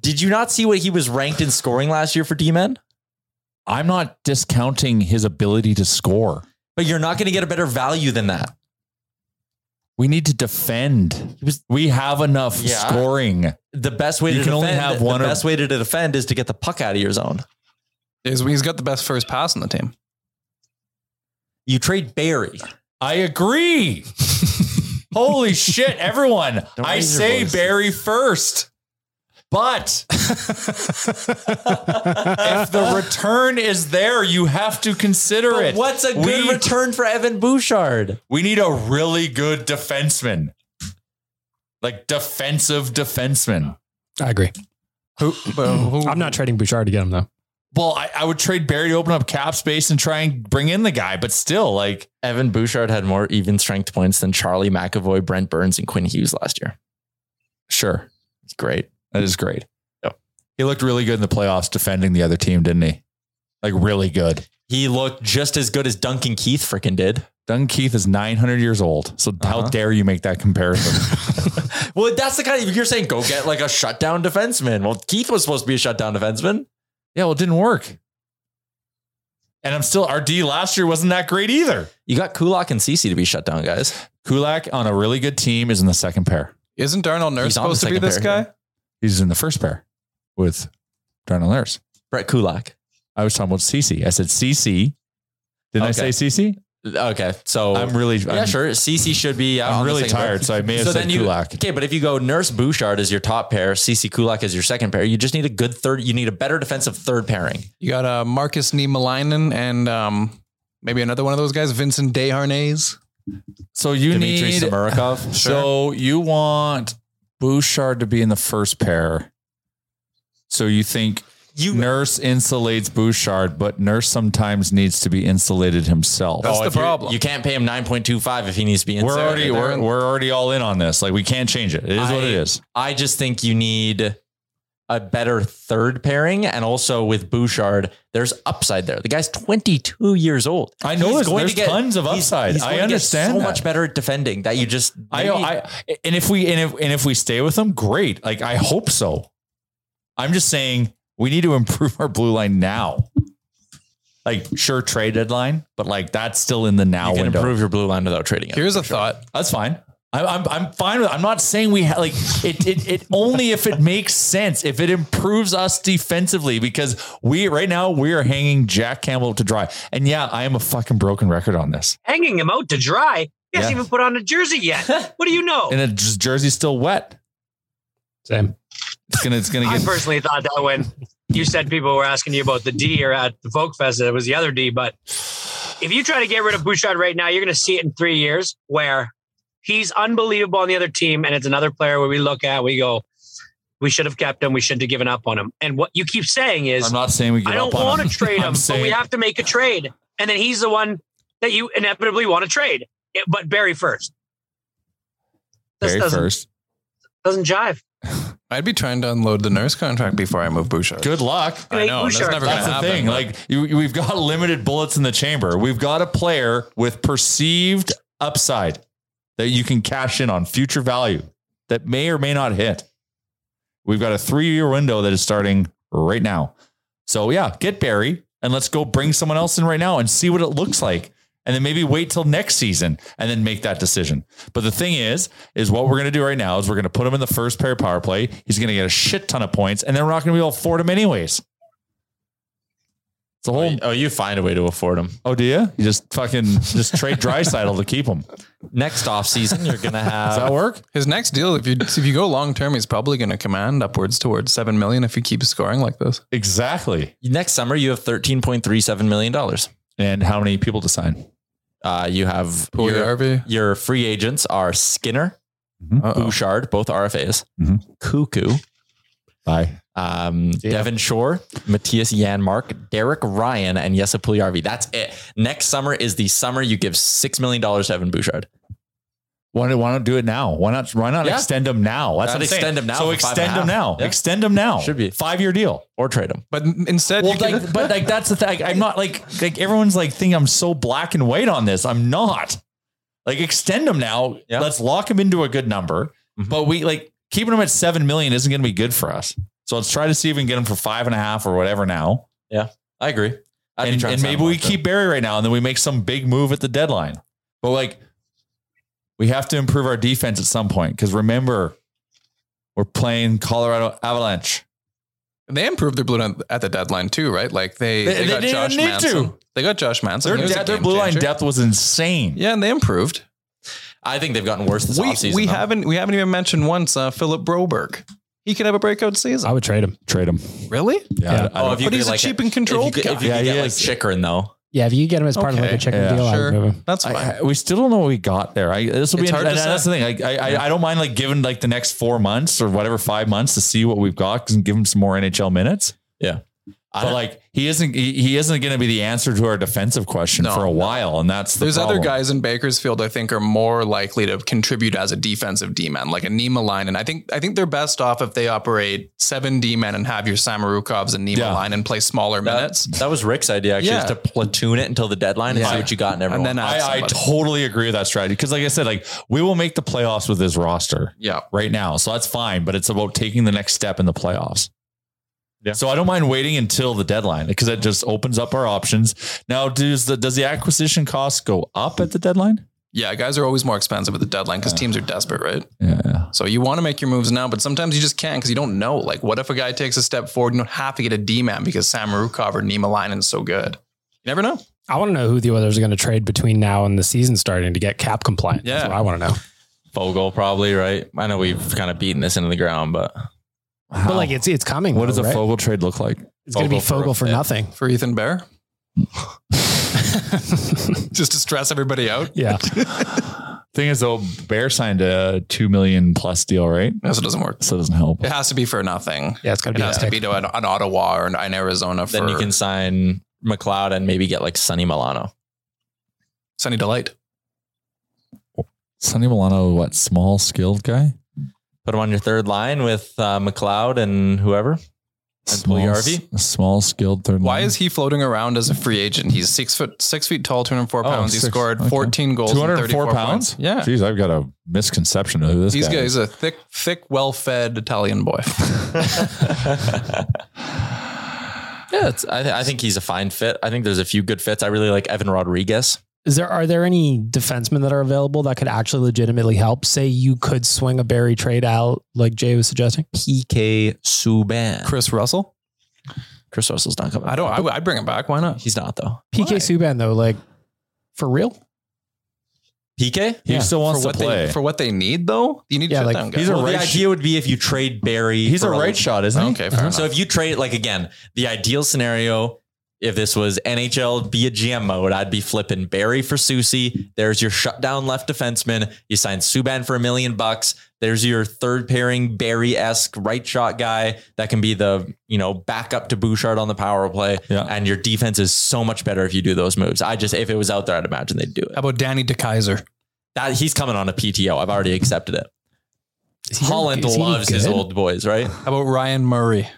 [SPEAKER 5] did you not see what he was ranked in scoring last year for D men?
[SPEAKER 7] I'm not discounting his ability to score.
[SPEAKER 5] But you're not going to get a better value than that.
[SPEAKER 7] We need to defend. We have enough
[SPEAKER 5] Yeah.
[SPEAKER 7] scoring.
[SPEAKER 5] The best way
[SPEAKER 7] You
[SPEAKER 5] to
[SPEAKER 7] can
[SPEAKER 5] defend,
[SPEAKER 7] only have one
[SPEAKER 5] the
[SPEAKER 7] or-
[SPEAKER 5] best way to defend is to get the puck out of your zone.
[SPEAKER 8] Is he's got the best first pass on the team.
[SPEAKER 5] You trade Barry.
[SPEAKER 7] I agree. Holy shit, everyone.
[SPEAKER 5] Don't
[SPEAKER 7] I
[SPEAKER 5] raise your
[SPEAKER 7] say
[SPEAKER 5] voices.
[SPEAKER 7] Barry first. But if the return is there, you have to consider
[SPEAKER 5] But
[SPEAKER 7] it.
[SPEAKER 5] what's a good
[SPEAKER 7] we,
[SPEAKER 5] return for Evan Bouchard?
[SPEAKER 7] We need a really good defenseman. Like defensive defenseman.
[SPEAKER 2] I agree.
[SPEAKER 7] Who,
[SPEAKER 2] I'm not trading Bouchard to get him though.
[SPEAKER 7] Well, I, I would trade Barry to open up cap space and try and bring in the guy, but still, like
[SPEAKER 5] Evan Bouchard had more even strength points than Charlie McAvoy, Brent Burns, and Quinn Hughes last year.
[SPEAKER 7] Sure.
[SPEAKER 5] It's great.
[SPEAKER 7] That is great. He looked really good in the playoffs defending the other team, didn't he? Like really good.
[SPEAKER 5] He looked just as good as Duncan Keith freaking did.
[SPEAKER 7] Duncan Keith is 900 years old. So how dare you make that comparison?
[SPEAKER 5] Well, that's the kind of you're saying go get like a shutdown defenseman. Well, Keith was supposed to be a shutdown defenseman.
[SPEAKER 7] yeah, well, it didn't work. And I'm still our D last year wasn't that great either.
[SPEAKER 5] You got Kulak and CC to be shut down, guys.
[SPEAKER 7] Kulak on a really good team is in the second pair.
[SPEAKER 8] Isn't Darnell Nurse
[SPEAKER 5] He's on the
[SPEAKER 8] supposed to be
[SPEAKER 5] second
[SPEAKER 8] this
[SPEAKER 5] pair.
[SPEAKER 8] guy?
[SPEAKER 7] He's in the first pair with Darnell Nurse.
[SPEAKER 5] Brett Kulak.
[SPEAKER 7] I was talking about CC. I said CC. Didn't I
[SPEAKER 5] Okay.
[SPEAKER 7] say CC?
[SPEAKER 5] Okay, so
[SPEAKER 7] I'm really
[SPEAKER 5] yeah,
[SPEAKER 7] I'm-
[SPEAKER 5] sure. CC should be. out
[SPEAKER 7] I'm
[SPEAKER 5] on the
[SPEAKER 7] really
[SPEAKER 5] second pair.
[SPEAKER 7] tired, so I may have said
[SPEAKER 5] then you-
[SPEAKER 7] Kulak.
[SPEAKER 5] Okay, but if you go Nurse Bouchard as your top pair, CC Kulak as your second pair, you just need a good third. You need a better defensive third pairing.
[SPEAKER 8] You got uh, Marcus Niemelainen and um, maybe another one of those guys, Vincent Desharnais.
[SPEAKER 7] So you
[SPEAKER 5] Dmitry
[SPEAKER 7] need
[SPEAKER 5] Samarikov.
[SPEAKER 7] So you want Bouchard to be in the first pair. So you think
[SPEAKER 5] you
[SPEAKER 7] Nurse insulates Bouchard, but Nurse sometimes needs to be insulated himself.
[SPEAKER 5] Oh, if you're- You can't pay him nine point two five if he needs to be.
[SPEAKER 7] We're
[SPEAKER 5] inside.
[SPEAKER 7] already
[SPEAKER 5] They're
[SPEAKER 7] we're,
[SPEAKER 5] in-
[SPEAKER 7] we're already all in on this. Like we can't change it. It is what it
[SPEAKER 5] I-
[SPEAKER 7] is.
[SPEAKER 5] I just think you need a better third pairing, and also with Bouchard, there's upside there. The guy's 22 years old.
[SPEAKER 7] I know there's- there's tons of
[SPEAKER 5] he's-
[SPEAKER 7] upside.
[SPEAKER 5] he's going to
[SPEAKER 7] I
[SPEAKER 5] get
[SPEAKER 7] understand
[SPEAKER 5] so
[SPEAKER 7] that.
[SPEAKER 5] much better at defending that you just.
[SPEAKER 7] I,
[SPEAKER 5] maybe-
[SPEAKER 7] I and if we and if and if we stay with them, great. Like I hope so. I'm just saying we need to improve our blue line now. Like sure trade deadline, but like that's still in the now
[SPEAKER 5] you can
[SPEAKER 7] window.
[SPEAKER 5] improve your blue line without trading it.
[SPEAKER 8] Here's a thought.
[SPEAKER 7] That's fine. I'm, I'm I'm fine with. I'm not saying we ha- like it, it. It only if it makes sense, if it improves us defensively, because we right now we are hanging Jack Campbell to dry. And yeah, I am a fucking broken record on this.
[SPEAKER 4] Hanging him out to dry. He hasn't
[SPEAKER 7] Yeah.
[SPEAKER 4] even put on a jersey yet. what do you know?
[SPEAKER 7] And his jersey's still wet.
[SPEAKER 2] Same.
[SPEAKER 7] It's gonna. It's gonna
[SPEAKER 4] I
[SPEAKER 7] get.
[SPEAKER 4] personally thought that when you said people were asking you about the D or at the Folk Fest, it was the other D. But if you try to get rid of Bouchard right now, you're going to see it in three years where he's unbelievable on the other team, and it's another player where we look at, we go, we should have kept him. We shouldn't have given up on him. And what you keep saying is,
[SPEAKER 7] I'm not saying we. Give
[SPEAKER 4] I don't
[SPEAKER 7] up on
[SPEAKER 4] want to
[SPEAKER 7] him.
[SPEAKER 4] trade
[SPEAKER 7] I'm
[SPEAKER 4] him, but we
[SPEAKER 7] saying-
[SPEAKER 4] have to make a trade. And then he's the one that you inevitably want to trade. It- but Barry first This
[SPEAKER 7] Barry
[SPEAKER 4] doesn't-
[SPEAKER 7] first.
[SPEAKER 4] doesn't jive.
[SPEAKER 8] I'd be trying to unload the Nurse contract before I move Bouchard.
[SPEAKER 7] Good luck.
[SPEAKER 8] I know that's
[SPEAKER 4] Bouchard.
[SPEAKER 8] never going
[SPEAKER 7] That's
[SPEAKER 8] to
[SPEAKER 7] the
[SPEAKER 8] happen.
[SPEAKER 7] thing.
[SPEAKER 8] but-
[SPEAKER 7] Like you, you- we've got limited bullets in the chamber. We've got a player with perceived upside that you can cash in on future value that may or may not hit. We've got a three-year window that is starting right now. So yeah, get Barry and let's go bring someone else in right now and see what it looks like. And then maybe wait till next season and then make that decision. But the thing is, is what we're going to do right now is we're going to put him in the first pair power play. He's going to get a shit ton of points, and then we're not going to be able to afford him anyways. It's a whole.
[SPEAKER 5] oh, you find a way to afford him.
[SPEAKER 7] Oh, do you? You just fucking just trade Drysidle to keep him.
[SPEAKER 5] Next offseason, you're going to have.
[SPEAKER 7] Does that work?
[SPEAKER 8] His next deal, if you if you go long term, he's probably going to command upwards towards seven million if he keeps scoring like this.
[SPEAKER 7] Exactly.
[SPEAKER 5] Next summer, you have $13.37 million.
[SPEAKER 7] And how many people to sign?
[SPEAKER 5] Uh, you have
[SPEAKER 8] Poor
[SPEAKER 5] your,
[SPEAKER 8] RV.
[SPEAKER 5] your free agents are Skinner,
[SPEAKER 7] Mm-hmm.
[SPEAKER 5] Bouchard, both RFAs, Cuckoo,
[SPEAKER 7] Bye.
[SPEAKER 5] um, Devin Shore, Matthias Yanmark, Derek Ryan, and Jesse Puliarvi. That's it. Next summer is the summer you give $6 million to Evan Bouchard.
[SPEAKER 7] Why, don't- why not do it now? Why not? Why not
[SPEAKER 5] Yeah.
[SPEAKER 7] extend him now?
[SPEAKER 5] I'd
[SPEAKER 7] That's what I'm saying.
[SPEAKER 5] extend him now
[SPEAKER 7] So
[SPEAKER 5] for five and a
[SPEAKER 7] extend him
[SPEAKER 5] half.
[SPEAKER 7] now.
[SPEAKER 5] Yeah.
[SPEAKER 7] Extend him now.
[SPEAKER 5] Should be.
[SPEAKER 7] five year deal.
[SPEAKER 5] Or trade him.
[SPEAKER 8] But n- instead,
[SPEAKER 7] Well,
[SPEAKER 8] you can-
[SPEAKER 7] like, but like that's the thing. Like, I'm not like like everyone's like thinking I'm so black and white on this. I'm not. Like extend him now.
[SPEAKER 5] Yeah. Mm-hmm.
[SPEAKER 7] Let's lock him into a good number. But we like keeping him at seven million isn't going to be good for us. So let's try to see if we can get him for five and a half or whatever now.
[SPEAKER 5] Yeah, I agree. I'd be trying
[SPEAKER 7] and
[SPEAKER 5] to
[SPEAKER 7] and
[SPEAKER 5] sign
[SPEAKER 7] maybe
[SPEAKER 5] him
[SPEAKER 7] we
[SPEAKER 5] long term.
[SPEAKER 7] keep Barry right now, and then we make some big move at the deadline. But like, we have to improve our defense at some point because remember, we're playing Colorado Avalanche.
[SPEAKER 8] they improved their blue line at the deadline too, right? Like they
[SPEAKER 7] They-
[SPEAKER 8] they,
[SPEAKER 7] they
[SPEAKER 8] got
[SPEAKER 7] didn't
[SPEAKER 8] Josh
[SPEAKER 7] need
[SPEAKER 8] Manson.
[SPEAKER 7] to.
[SPEAKER 8] They got Josh Manson.
[SPEAKER 7] Their,
[SPEAKER 8] He was a
[SPEAKER 7] depth- their
[SPEAKER 8] game
[SPEAKER 7] blue line
[SPEAKER 8] changer.
[SPEAKER 7] depth was insane.
[SPEAKER 8] Yeah, and they improved.
[SPEAKER 5] I think they've gotten worse this
[SPEAKER 8] We,
[SPEAKER 5] offseason.
[SPEAKER 8] we
[SPEAKER 5] though.
[SPEAKER 8] haven't we haven't even mentioned once uh, Philip Broberg. He could have a breakout season.
[SPEAKER 2] I would trade him.
[SPEAKER 7] Trade him.
[SPEAKER 8] really?
[SPEAKER 7] Yeah.
[SPEAKER 5] Oh, if you
[SPEAKER 8] But
[SPEAKER 5] could,
[SPEAKER 8] he's a
[SPEAKER 5] like,
[SPEAKER 8] cheap and
[SPEAKER 5] If
[SPEAKER 8] controlled
[SPEAKER 5] you could, if you
[SPEAKER 8] guy.
[SPEAKER 5] could
[SPEAKER 7] Yeah, he
[SPEAKER 5] get like
[SPEAKER 7] is.
[SPEAKER 5] Chikrin though,
[SPEAKER 2] Yeah, if you get them as part of like a chicken deal, I would move them.
[SPEAKER 8] That's
[SPEAKER 7] fine. we still don't know what we got there. I, this will be
[SPEAKER 2] It's hard
[SPEAKER 7] hard
[SPEAKER 2] to
[SPEAKER 7] that's the
[SPEAKER 2] say.
[SPEAKER 7] thing. I, I, I, I don't mind like giving like the next four months or whatever five months to see what we've got and give him some more NHL minutes.
[SPEAKER 5] Yeah.
[SPEAKER 7] But like he isn't he, he isn't going to be the answer to our defensive question for a while, and that's the
[SPEAKER 8] There's
[SPEAKER 7] problem.
[SPEAKER 8] other guys in Bakersfield I think are more likely to contribute as a defensive D man, like a Nima line. And I think I think they're best off if they operate seven D men and have your Samarukovs and Nima line and play smaller minutes.
[SPEAKER 5] That was Rick's idea actually, is to platoon it until the deadline and see what you got in everyone.
[SPEAKER 7] I, I totally agree with that strategy because, like I said, like we will make the playoffs with this roster,
[SPEAKER 8] yeah,
[SPEAKER 7] right now. So that's fine, but it's about taking the next step in the playoffs. Yeah. So I don't mind waiting until the deadline because it just opens up our options. Now, does the does the acquisition cost go up at the deadline?
[SPEAKER 8] Yeah, guys are always more expensive at the deadline because teams are desperate, right?
[SPEAKER 7] Yeah.
[SPEAKER 8] So you want to make your moves now, but sometimes you just can't because you don't know. Like, what if a guy takes a step forward? You don't have to get a D man because Samarukov or Nima line is so good. You never know.
[SPEAKER 2] I want to know who the others are going to trade between now and the season starting to get cap compliant. That's
[SPEAKER 5] Yeah.
[SPEAKER 2] what I want to know.
[SPEAKER 5] Fogle probably, right? I know we've kind of beaten this into the ground, but
[SPEAKER 2] But like it's it's coming.
[SPEAKER 5] What does a
[SPEAKER 2] Fogle?
[SPEAKER 5] Fogel
[SPEAKER 7] trade look like?
[SPEAKER 2] It's going to be Fogle for nothing.
[SPEAKER 8] for Ethan Bear. just to stress everybody out.
[SPEAKER 2] Yeah.
[SPEAKER 7] Thing is, though, Bear signed a two million plus deal, right?
[SPEAKER 8] No, so it doesn't work.
[SPEAKER 7] So it doesn't help.
[SPEAKER 8] It has to be for nothing.
[SPEAKER 2] Yeah, it's gotta
[SPEAKER 8] It
[SPEAKER 2] be
[SPEAKER 8] has
[SPEAKER 2] that.
[SPEAKER 8] to be to an, an Ottawa or an, an Arizona for
[SPEAKER 5] then you can sign McLeod and maybe get like Sonny Milano.
[SPEAKER 8] Sunny Delight.
[SPEAKER 7] Sonny Milano, what small skilled guy?
[SPEAKER 5] Put him on your third line with uh, McLeod and whoever. And
[SPEAKER 7] Small,
[SPEAKER 5] Pugliarvi.
[SPEAKER 7] a small skilled third.
[SPEAKER 8] Why is he floating around as a free agent? He's six foot six feet tall, two hundred four
[SPEAKER 7] Oh,
[SPEAKER 8] pounds. he
[SPEAKER 7] six.
[SPEAKER 8] scored
[SPEAKER 7] Okay.
[SPEAKER 8] fourteen goals, two hundred four
[SPEAKER 7] 204 pounds.
[SPEAKER 8] Yeah,
[SPEAKER 7] Jeez, I've got a misconception of who this
[SPEAKER 8] he's,
[SPEAKER 7] guy.
[SPEAKER 8] good.
[SPEAKER 7] is.
[SPEAKER 8] he's a thick, thick, well-fed Italian boy.
[SPEAKER 5] Yeah, it's, I, th- I think he's a fine fit. I think there's a few good fits. I really like Evan Rodriguez.
[SPEAKER 2] Is there are there any defensemen that are available that could actually legitimately help? Say you could swing a Barry trade out like Jay was suggesting.
[SPEAKER 5] PK Subban.
[SPEAKER 8] Chris Russell.
[SPEAKER 5] Chris Russell's not coming.
[SPEAKER 8] I don't. I, would bring him back. Why not?
[SPEAKER 5] He's not though.
[SPEAKER 2] PK Subban though, like for real?
[SPEAKER 5] PK.
[SPEAKER 2] He Yeah. still wants
[SPEAKER 8] for
[SPEAKER 2] to
[SPEAKER 8] what
[SPEAKER 2] play.
[SPEAKER 8] They, for what they need, though, you need
[SPEAKER 5] Yeah,
[SPEAKER 8] shut
[SPEAKER 5] like-
[SPEAKER 8] down guys.
[SPEAKER 5] He's a Well, the right idea would be if you trade Barry.
[SPEAKER 7] He's
[SPEAKER 5] for
[SPEAKER 7] a right shot, isn't he?
[SPEAKER 5] Okay, fair enough. Uh-huh. So if you trade, like again, the ideal scenario, if this was NHL be a GM mode, I'd be flipping Barry for Susie. There's your shutdown left defenseman. You sign Subban for a million bucks. There's your third pairing Barry esque right shot guy that can be the you know backup to Bouchard on the power play. And your defense is so much better if you do those moves. I just if it was out there, I'd imagine they'd do it.
[SPEAKER 8] How about Danny DeKaiser?
[SPEAKER 5] That he's coming on a PTO. I've already accepted it. Holland
[SPEAKER 8] is he any
[SPEAKER 5] loves his
[SPEAKER 8] good?
[SPEAKER 5] old boys, right?
[SPEAKER 8] How about Ryan Murray?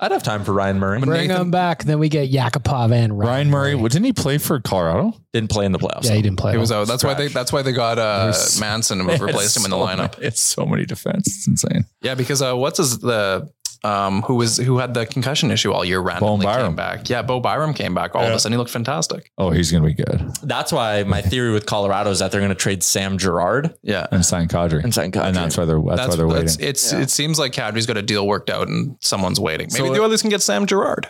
[SPEAKER 5] I'd have time for Ryan Murray.
[SPEAKER 2] Bring him back, then we get Yakupov and Ryan.
[SPEAKER 7] Ryan Murray. well, Didn't he play for Colorado?
[SPEAKER 5] Didn't play in the playoffs.
[SPEAKER 2] Yeah, he didn't play.
[SPEAKER 8] He was out. That's why they. That's why they got uh, Manson and replaced him in the lineup.
[SPEAKER 7] It's so many defense. It's insane.
[SPEAKER 8] Yeah, because uh, what's his the um who was who had the concussion issue all year randomly came back. Yeah, Bo Byram came back all of a sudden. He looked fantastic.
[SPEAKER 7] Oh, he's going to be good.
[SPEAKER 5] That's why my theory with Colorado is that they're going to trade Sam Gerard.
[SPEAKER 8] Yeah,
[SPEAKER 7] and sign Kadri.
[SPEAKER 5] And sign Kadri.
[SPEAKER 7] And that's why they're that's, why they're waiting.
[SPEAKER 8] It's it seems like Kadri's got a deal worked out and someone's waiting. Maybe
[SPEAKER 5] So-
[SPEAKER 8] the Oilers can get Sam Gerard.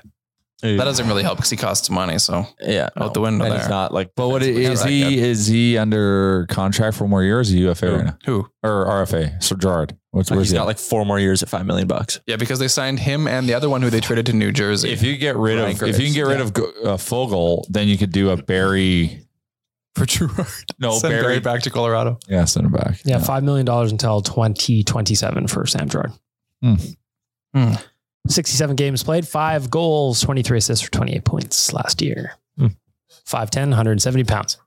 [SPEAKER 8] That doesn't really help because he costs money. So
[SPEAKER 5] yeah,
[SPEAKER 8] out the window
[SPEAKER 5] And
[SPEAKER 8] there.
[SPEAKER 5] he's not like.
[SPEAKER 7] But what
[SPEAKER 8] Defensively
[SPEAKER 7] is
[SPEAKER 8] not
[SPEAKER 7] he?
[SPEAKER 8] that good.
[SPEAKER 7] Is he under contract for more years? Or UFA right now?
[SPEAKER 8] Who
[SPEAKER 7] or RFA? So Gerard. What's where's
[SPEAKER 5] he's
[SPEAKER 7] he?
[SPEAKER 5] got like four more years at five million bucks.
[SPEAKER 8] yeah, because they signed him and the other one who they traded to New Jersey.
[SPEAKER 7] If you get rid
[SPEAKER 8] Ryan
[SPEAKER 7] of if you can get rid
[SPEAKER 8] Graves.
[SPEAKER 7] of Go- uh, Fogel, then you could do a Barry.
[SPEAKER 8] for Gerard,
[SPEAKER 7] No,
[SPEAKER 8] send Barry
[SPEAKER 7] Barry-
[SPEAKER 8] back to Colorado.
[SPEAKER 7] Yeah, send him back.
[SPEAKER 2] Yeah, five million dollars until twenty twenty seven for Sam Gerard.
[SPEAKER 7] Hmm.
[SPEAKER 8] Hmm.
[SPEAKER 2] Sixty seven games played, five goals, twenty three assists for twenty eight points last year.
[SPEAKER 7] Hmm.
[SPEAKER 2] 5'10", 170 pounds.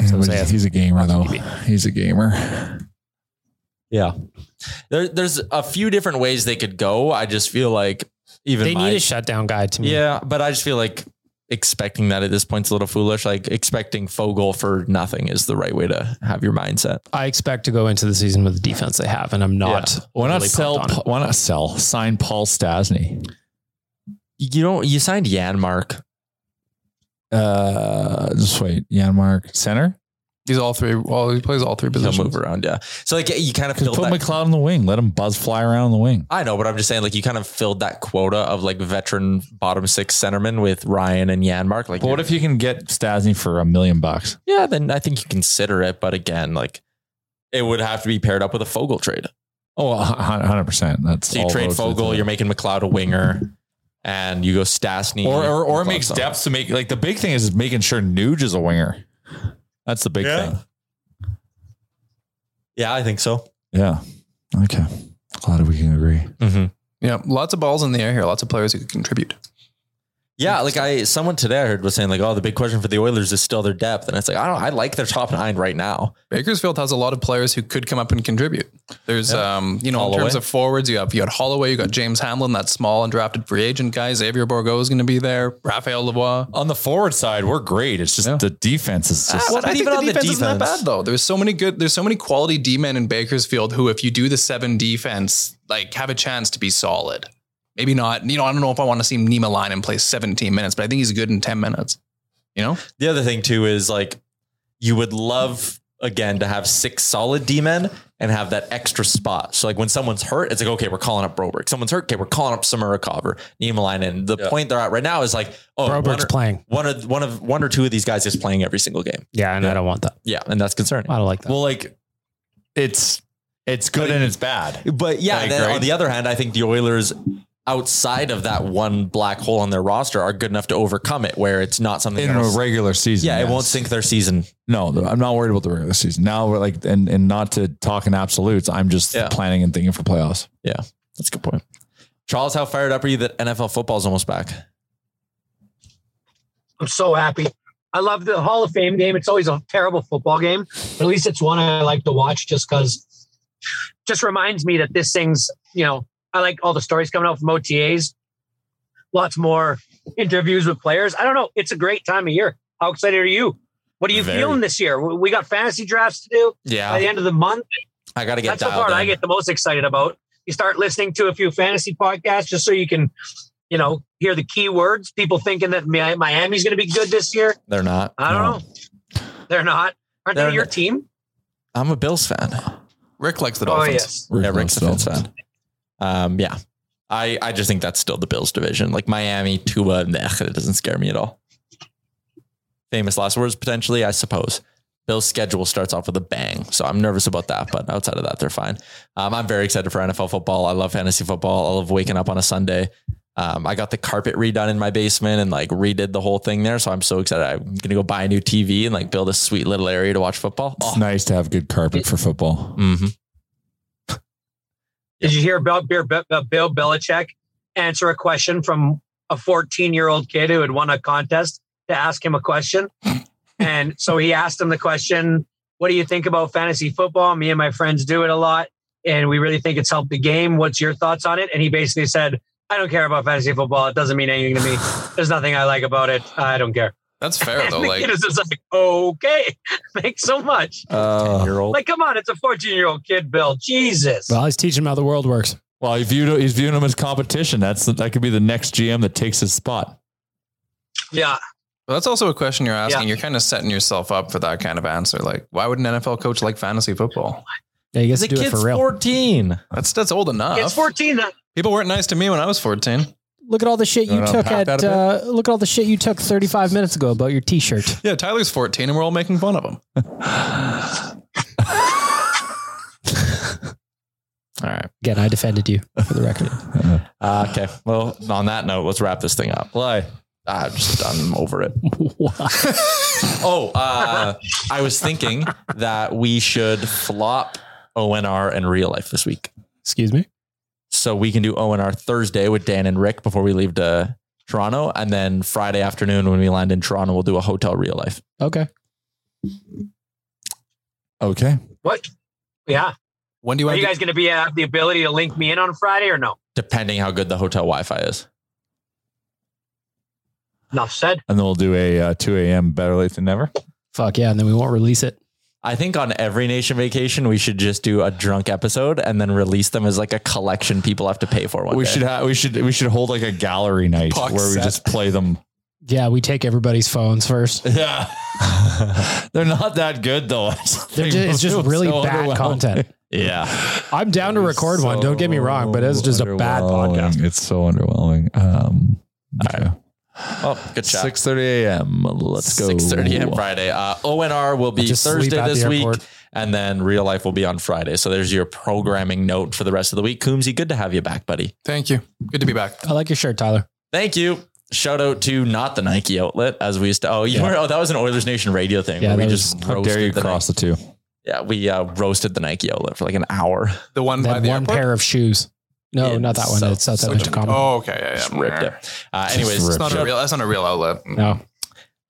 [SPEAKER 7] Yeah, but
[SPEAKER 2] say-
[SPEAKER 7] he's a gamer though. He's a gamer.
[SPEAKER 5] Yeah, there, there's a few different ways they could go. I just feel like even
[SPEAKER 2] they
[SPEAKER 5] my-
[SPEAKER 2] need a shutdown guy to me.
[SPEAKER 5] Yeah, but I just feel like expecting that at this point's a little foolish. Like expecting Fogel for nothing is the right way to have your mindset.
[SPEAKER 2] I expect to go into the season with the defense they have, and I'm not.
[SPEAKER 7] Why not
[SPEAKER 2] really
[SPEAKER 7] sell?
[SPEAKER 2] pumped on it.
[SPEAKER 7] Why not sell? Sign Paul Stasny.
[SPEAKER 5] You don't. You signed Yanmark.
[SPEAKER 7] Uh, just wait. Yanmark center.
[SPEAKER 8] He's all three. Well, he plays all three
[SPEAKER 5] He'll
[SPEAKER 8] positions.
[SPEAKER 5] move around. Yeah. So like you kind of
[SPEAKER 7] Just
[SPEAKER 5] build
[SPEAKER 7] put
[SPEAKER 5] that
[SPEAKER 7] McLeod on the wing. Let him buzz fly around the wing.
[SPEAKER 5] I know, but I'm just saying, like, you kind of filled that quota of like veteran bottom six centermen with Ryan and Yanmark. Like,
[SPEAKER 7] But what if you can get Stasny for a million bucks?
[SPEAKER 5] yeah, then I think you consider it. But again, like, it would have to be paired up with a Fogle trade.
[SPEAKER 7] Oh, 100 percent. That's
[SPEAKER 5] So you
[SPEAKER 7] all
[SPEAKER 5] trade
[SPEAKER 7] roads lead to
[SPEAKER 5] Fogle,
[SPEAKER 7] that.
[SPEAKER 5] you're making McLeod a winger, and you go Stastny
[SPEAKER 7] or or, or
[SPEAKER 5] and
[SPEAKER 7] makes
[SPEAKER 5] Clarkson.
[SPEAKER 7] depths to make like the big thing is making sure Nuge is a winger. That's the big thing.
[SPEAKER 5] Yeah, I think so.
[SPEAKER 7] Yeah. Okay. Glad we can agree.
[SPEAKER 8] Yeah, lots of balls in the air here. Lots of players who could contribute.
[SPEAKER 5] Yeah, like I someone today I heard was saying like, oh, the big question for the Oilers is still their depth, and it's like I don't, I like their top nine right now.
[SPEAKER 8] Bakersfield has a lot of players who could come up and contribute. There's, um, you know, in terms
[SPEAKER 5] Holloway.
[SPEAKER 8] of forwards, you have you got Holloway, you got James Hamlin, that small undrafted free agent guy. Xavier Borgo is going to be there. Raphael Lavoie.
[SPEAKER 7] On the forward side, we're great. It's just the defense is just.
[SPEAKER 8] I think the defense isn't that bad though. There's so many good. There's so many quality D men in Bakersfield who, if you do the seven defense, like have a chance to be solid. Maybe not. You know, I don't know if I want to see Nima line and play 17 minutes, but I think he's good in 10 minutes. You know,
[SPEAKER 5] The other thing too is like, you would love again to have six solid D men and have that extra spot. So like when someone's hurt, it's like okay, we're calling up Broberg. Someone's hurt, okay, we're calling up Samurakov or Niemelainen. The point they're at right now is like, oh,
[SPEAKER 2] Broberg's
[SPEAKER 5] one or-
[SPEAKER 2] playing.
[SPEAKER 5] one of one of one or two of these guys is playing every single game.
[SPEAKER 2] Yeah, and I don't want that.
[SPEAKER 5] Yeah, and that's concerning.
[SPEAKER 2] I don't like that.
[SPEAKER 7] Well, like it's it's good and it's bad.
[SPEAKER 5] But yeah,
[SPEAKER 7] Like,
[SPEAKER 5] then
[SPEAKER 7] right?
[SPEAKER 5] on the other hand, I think the Oilers outside of that one black hole on their roster are good enough to overcome it where it's not something
[SPEAKER 7] in
[SPEAKER 5] that'll-
[SPEAKER 7] a regular season.
[SPEAKER 5] Yeah, it
[SPEAKER 7] yes.
[SPEAKER 5] won't sink their season.
[SPEAKER 7] No, th- I'm not worried about the regular season. Now we're like, and and not to talk in absolutes. I'm just planning and thinking for playoffs.
[SPEAKER 5] Yeah, that's a good point. Charles, how fired up are you that NFL football is almost back?
[SPEAKER 4] I'm so happy. I love the Hall of Fame game. It's always a terrible football game, but at least it's one I like to watch just because just reminds me that this thing's, you know, I like all the stories coming out from OTAs. Lots more interviews with players. I don't know. It's a great time of year. How excited are you? What are you
[SPEAKER 5] Very.
[SPEAKER 4] feeling this year? We we got fantasy drafts to do
[SPEAKER 5] Yeah.
[SPEAKER 4] by the end of the month.
[SPEAKER 5] I got to get
[SPEAKER 4] That's the
[SPEAKER 5] dialed
[SPEAKER 4] part
[SPEAKER 5] in.
[SPEAKER 4] I get the most excited about. You start listening to a few fantasy podcasts just so you can, you know, hear the key words. People thinking that Mi- Miami's going to be good this year.
[SPEAKER 5] They're not.
[SPEAKER 4] I don't know. They're not. Aren't
[SPEAKER 5] They're
[SPEAKER 4] they your
[SPEAKER 5] not.
[SPEAKER 4] team?
[SPEAKER 5] I'm a Bills fan.
[SPEAKER 8] Rick likes the
[SPEAKER 4] Oh,
[SPEAKER 8] Dolphins.
[SPEAKER 4] yes.
[SPEAKER 5] yeah, Rick's a Bills fan. Um, yeah, I, I just think that's still the Bills division. Like Miami, Tua, nah, it doesn't scare me at all. Famous last words, potentially, I suppose. Bill's schedule starts off with a bang, so I'm nervous about that. But outside of that, they're fine. Um, I'm very excited for NFL football. I love fantasy football. I love waking up on a Sunday. Um, I got the carpet redone in my basement and like redid the whole thing there, so I'm so excited. I'm gonna go buy a new TV and like build a sweet little area to watch football. Oh.
[SPEAKER 7] It's nice to have good carpet for football.
[SPEAKER 5] Mm-hmm.
[SPEAKER 4] Did you hear about Bill, Bill, Bill Belichick answer a question from a 14 year old kid who had won a contest to ask him a question? and so he asked him the question, What do you think about fantasy football? Me and my friends do it a lot, and we really think it's helped the game. What's your thoughts on it? And he basically said, I don't care about fantasy football. It doesn't mean anything to me. There's nothing I like about it. I don't care.
[SPEAKER 8] That's fair
[SPEAKER 4] And
[SPEAKER 8] though.
[SPEAKER 4] the
[SPEAKER 8] Like
[SPEAKER 4] kid is just like, okay, thanks so much.
[SPEAKER 5] year old.
[SPEAKER 4] Like, come on, it's a 14 year old kid, Bill. Jesus.
[SPEAKER 2] Well, he's teaching him how the world works.
[SPEAKER 7] Well, he viewed he's viewing him as competition. That's that could be the next GM that takes his spot.
[SPEAKER 4] Yeah.
[SPEAKER 8] Well, that's also a question you're asking.
[SPEAKER 4] Yeah.
[SPEAKER 8] You're kind of setting yourself up for that kind of answer. Like, why would an NFL coach like fantasy football?
[SPEAKER 2] Yeah, you guys
[SPEAKER 5] The
[SPEAKER 2] do it
[SPEAKER 5] kid's
[SPEAKER 2] for real.
[SPEAKER 5] 14.
[SPEAKER 8] That's that's old enough.
[SPEAKER 4] It's 14.
[SPEAKER 8] People weren't nice to me when I was 14.
[SPEAKER 2] Look at all the shit
[SPEAKER 8] You
[SPEAKER 2] you
[SPEAKER 8] wanna
[SPEAKER 2] took
[SPEAKER 8] unpack
[SPEAKER 2] at.
[SPEAKER 8] that a
[SPEAKER 2] Uh, look at all the shit you took 35 minutes ago about your T-shirt.
[SPEAKER 8] Yeah, Tyler's 14 and we're all making fun of him.
[SPEAKER 5] All right.
[SPEAKER 2] Again, I defended you for the record.
[SPEAKER 5] Uh, okay. Well, on that note, let's wrap this thing up. Why? I'm just done. I'm over it. oh, uh, I was thinking that we should flop ONR and real life this week.
[SPEAKER 2] Excuse me.
[SPEAKER 5] So we can do ONR Thursday with Dan and Rick before we leave to Toronto. And then Friday afternoon when we land in Toronto, we'll do a hotel real life.
[SPEAKER 2] Okay.
[SPEAKER 7] Okay.
[SPEAKER 4] What? Yeah.
[SPEAKER 8] When do you
[SPEAKER 4] Are
[SPEAKER 8] want
[SPEAKER 4] you
[SPEAKER 8] to
[SPEAKER 4] guys going to be uh, have the ability to link me in on Friday or no?
[SPEAKER 5] Depending how good the hotel Wi Fi is.
[SPEAKER 4] Enough said.
[SPEAKER 7] And then we'll do a uh, 2 a.m. better late than never.
[SPEAKER 2] Fuck yeah, and then we won't release it.
[SPEAKER 5] I think on every nation vacation, we should just do a drunk episode and then release them as like a collection people have to pay for one
[SPEAKER 7] we
[SPEAKER 5] day.
[SPEAKER 7] should ha- we should we should hold like a gallery night
[SPEAKER 5] Puck
[SPEAKER 7] where we
[SPEAKER 5] set.
[SPEAKER 7] just play them.
[SPEAKER 2] Yeah, we take everybody's phones first.
[SPEAKER 7] Yeah. They're not that good though.
[SPEAKER 2] They're ju- it's just really bad content.
[SPEAKER 5] Yeah.
[SPEAKER 2] I'm down to record one. Don't get me wrong, but it's just a bad podcast.
[SPEAKER 7] It's so underwhelming. Um okay.
[SPEAKER 5] Oh, good shot.
[SPEAKER 7] 6:30 a.m. Let's go.
[SPEAKER 5] 6.30 a.m. Friday. Uh, ONR will be
[SPEAKER 2] Just sleep
[SPEAKER 5] Thursday
[SPEAKER 2] at
[SPEAKER 5] this
[SPEAKER 2] the
[SPEAKER 5] week,
[SPEAKER 2] airport.
[SPEAKER 5] and then Real Life will be on Friday. So there's your programming note for the rest of the week. Coomsey, good to have you back, buddy.
[SPEAKER 8] Thank you. Good to be back.
[SPEAKER 2] I like your shirt, Tyler.
[SPEAKER 5] Thank you. Shout out to not the Nike outlet as we used to. Oh, you were, oh, that was an Oilers Nation radio thing.
[SPEAKER 12] Yeah,
[SPEAKER 5] where we
[SPEAKER 12] that
[SPEAKER 5] just
[SPEAKER 12] was-
[SPEAKER 5] roasted
[SPEAKER 12] how dare you
[SPEAKER 5] the
[SPEAKER 12] cross
[SPEAKER 5] Nike-
[SPEAKER 12] the two.
[SPEAKER 5] Yeah, we uh, roasted the Nike outlet for like an hour.
[SPEAKER 8] The one
[SPEAKER 7] That one pair of shoes. No, not that one. It's outside of Tacoma.
[SPEAKER 8] Oh, okay. Yeah, yeah.
[SPEAKER 5] Just
[SPEAKER 8] I'm
[SPEAKER 5] ripped
[SPEAKER 8] aware.
[SPEAKER 5] it. Uh, anyways,
[SPEAKER 8] it's not
[SPEAKER 5] shout-
[SPEAKER 8] a real. That's not a real outlet.
[SPEAKER 7] No.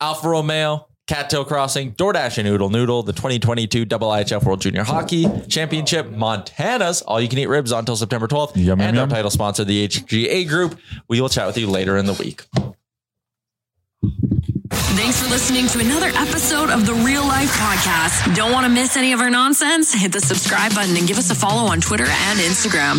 [SPEAKER 5] Alfa Romeo, Cattail Crossing, DoorDash and Oodle Noodle, the 2022 IIHF World Junior Hockey Championship, Montana's All You Can Eat Ribs on until September 12th, and our title sponsor, the HGA Group. We will chat with you later in the week.
[SPEAKER 2] Thanks for listening to another episode of the Real Life Podcast. Don't want to miss any of our nonsense? Hit the subscribe button and give us a follow on Twitter and Instagram.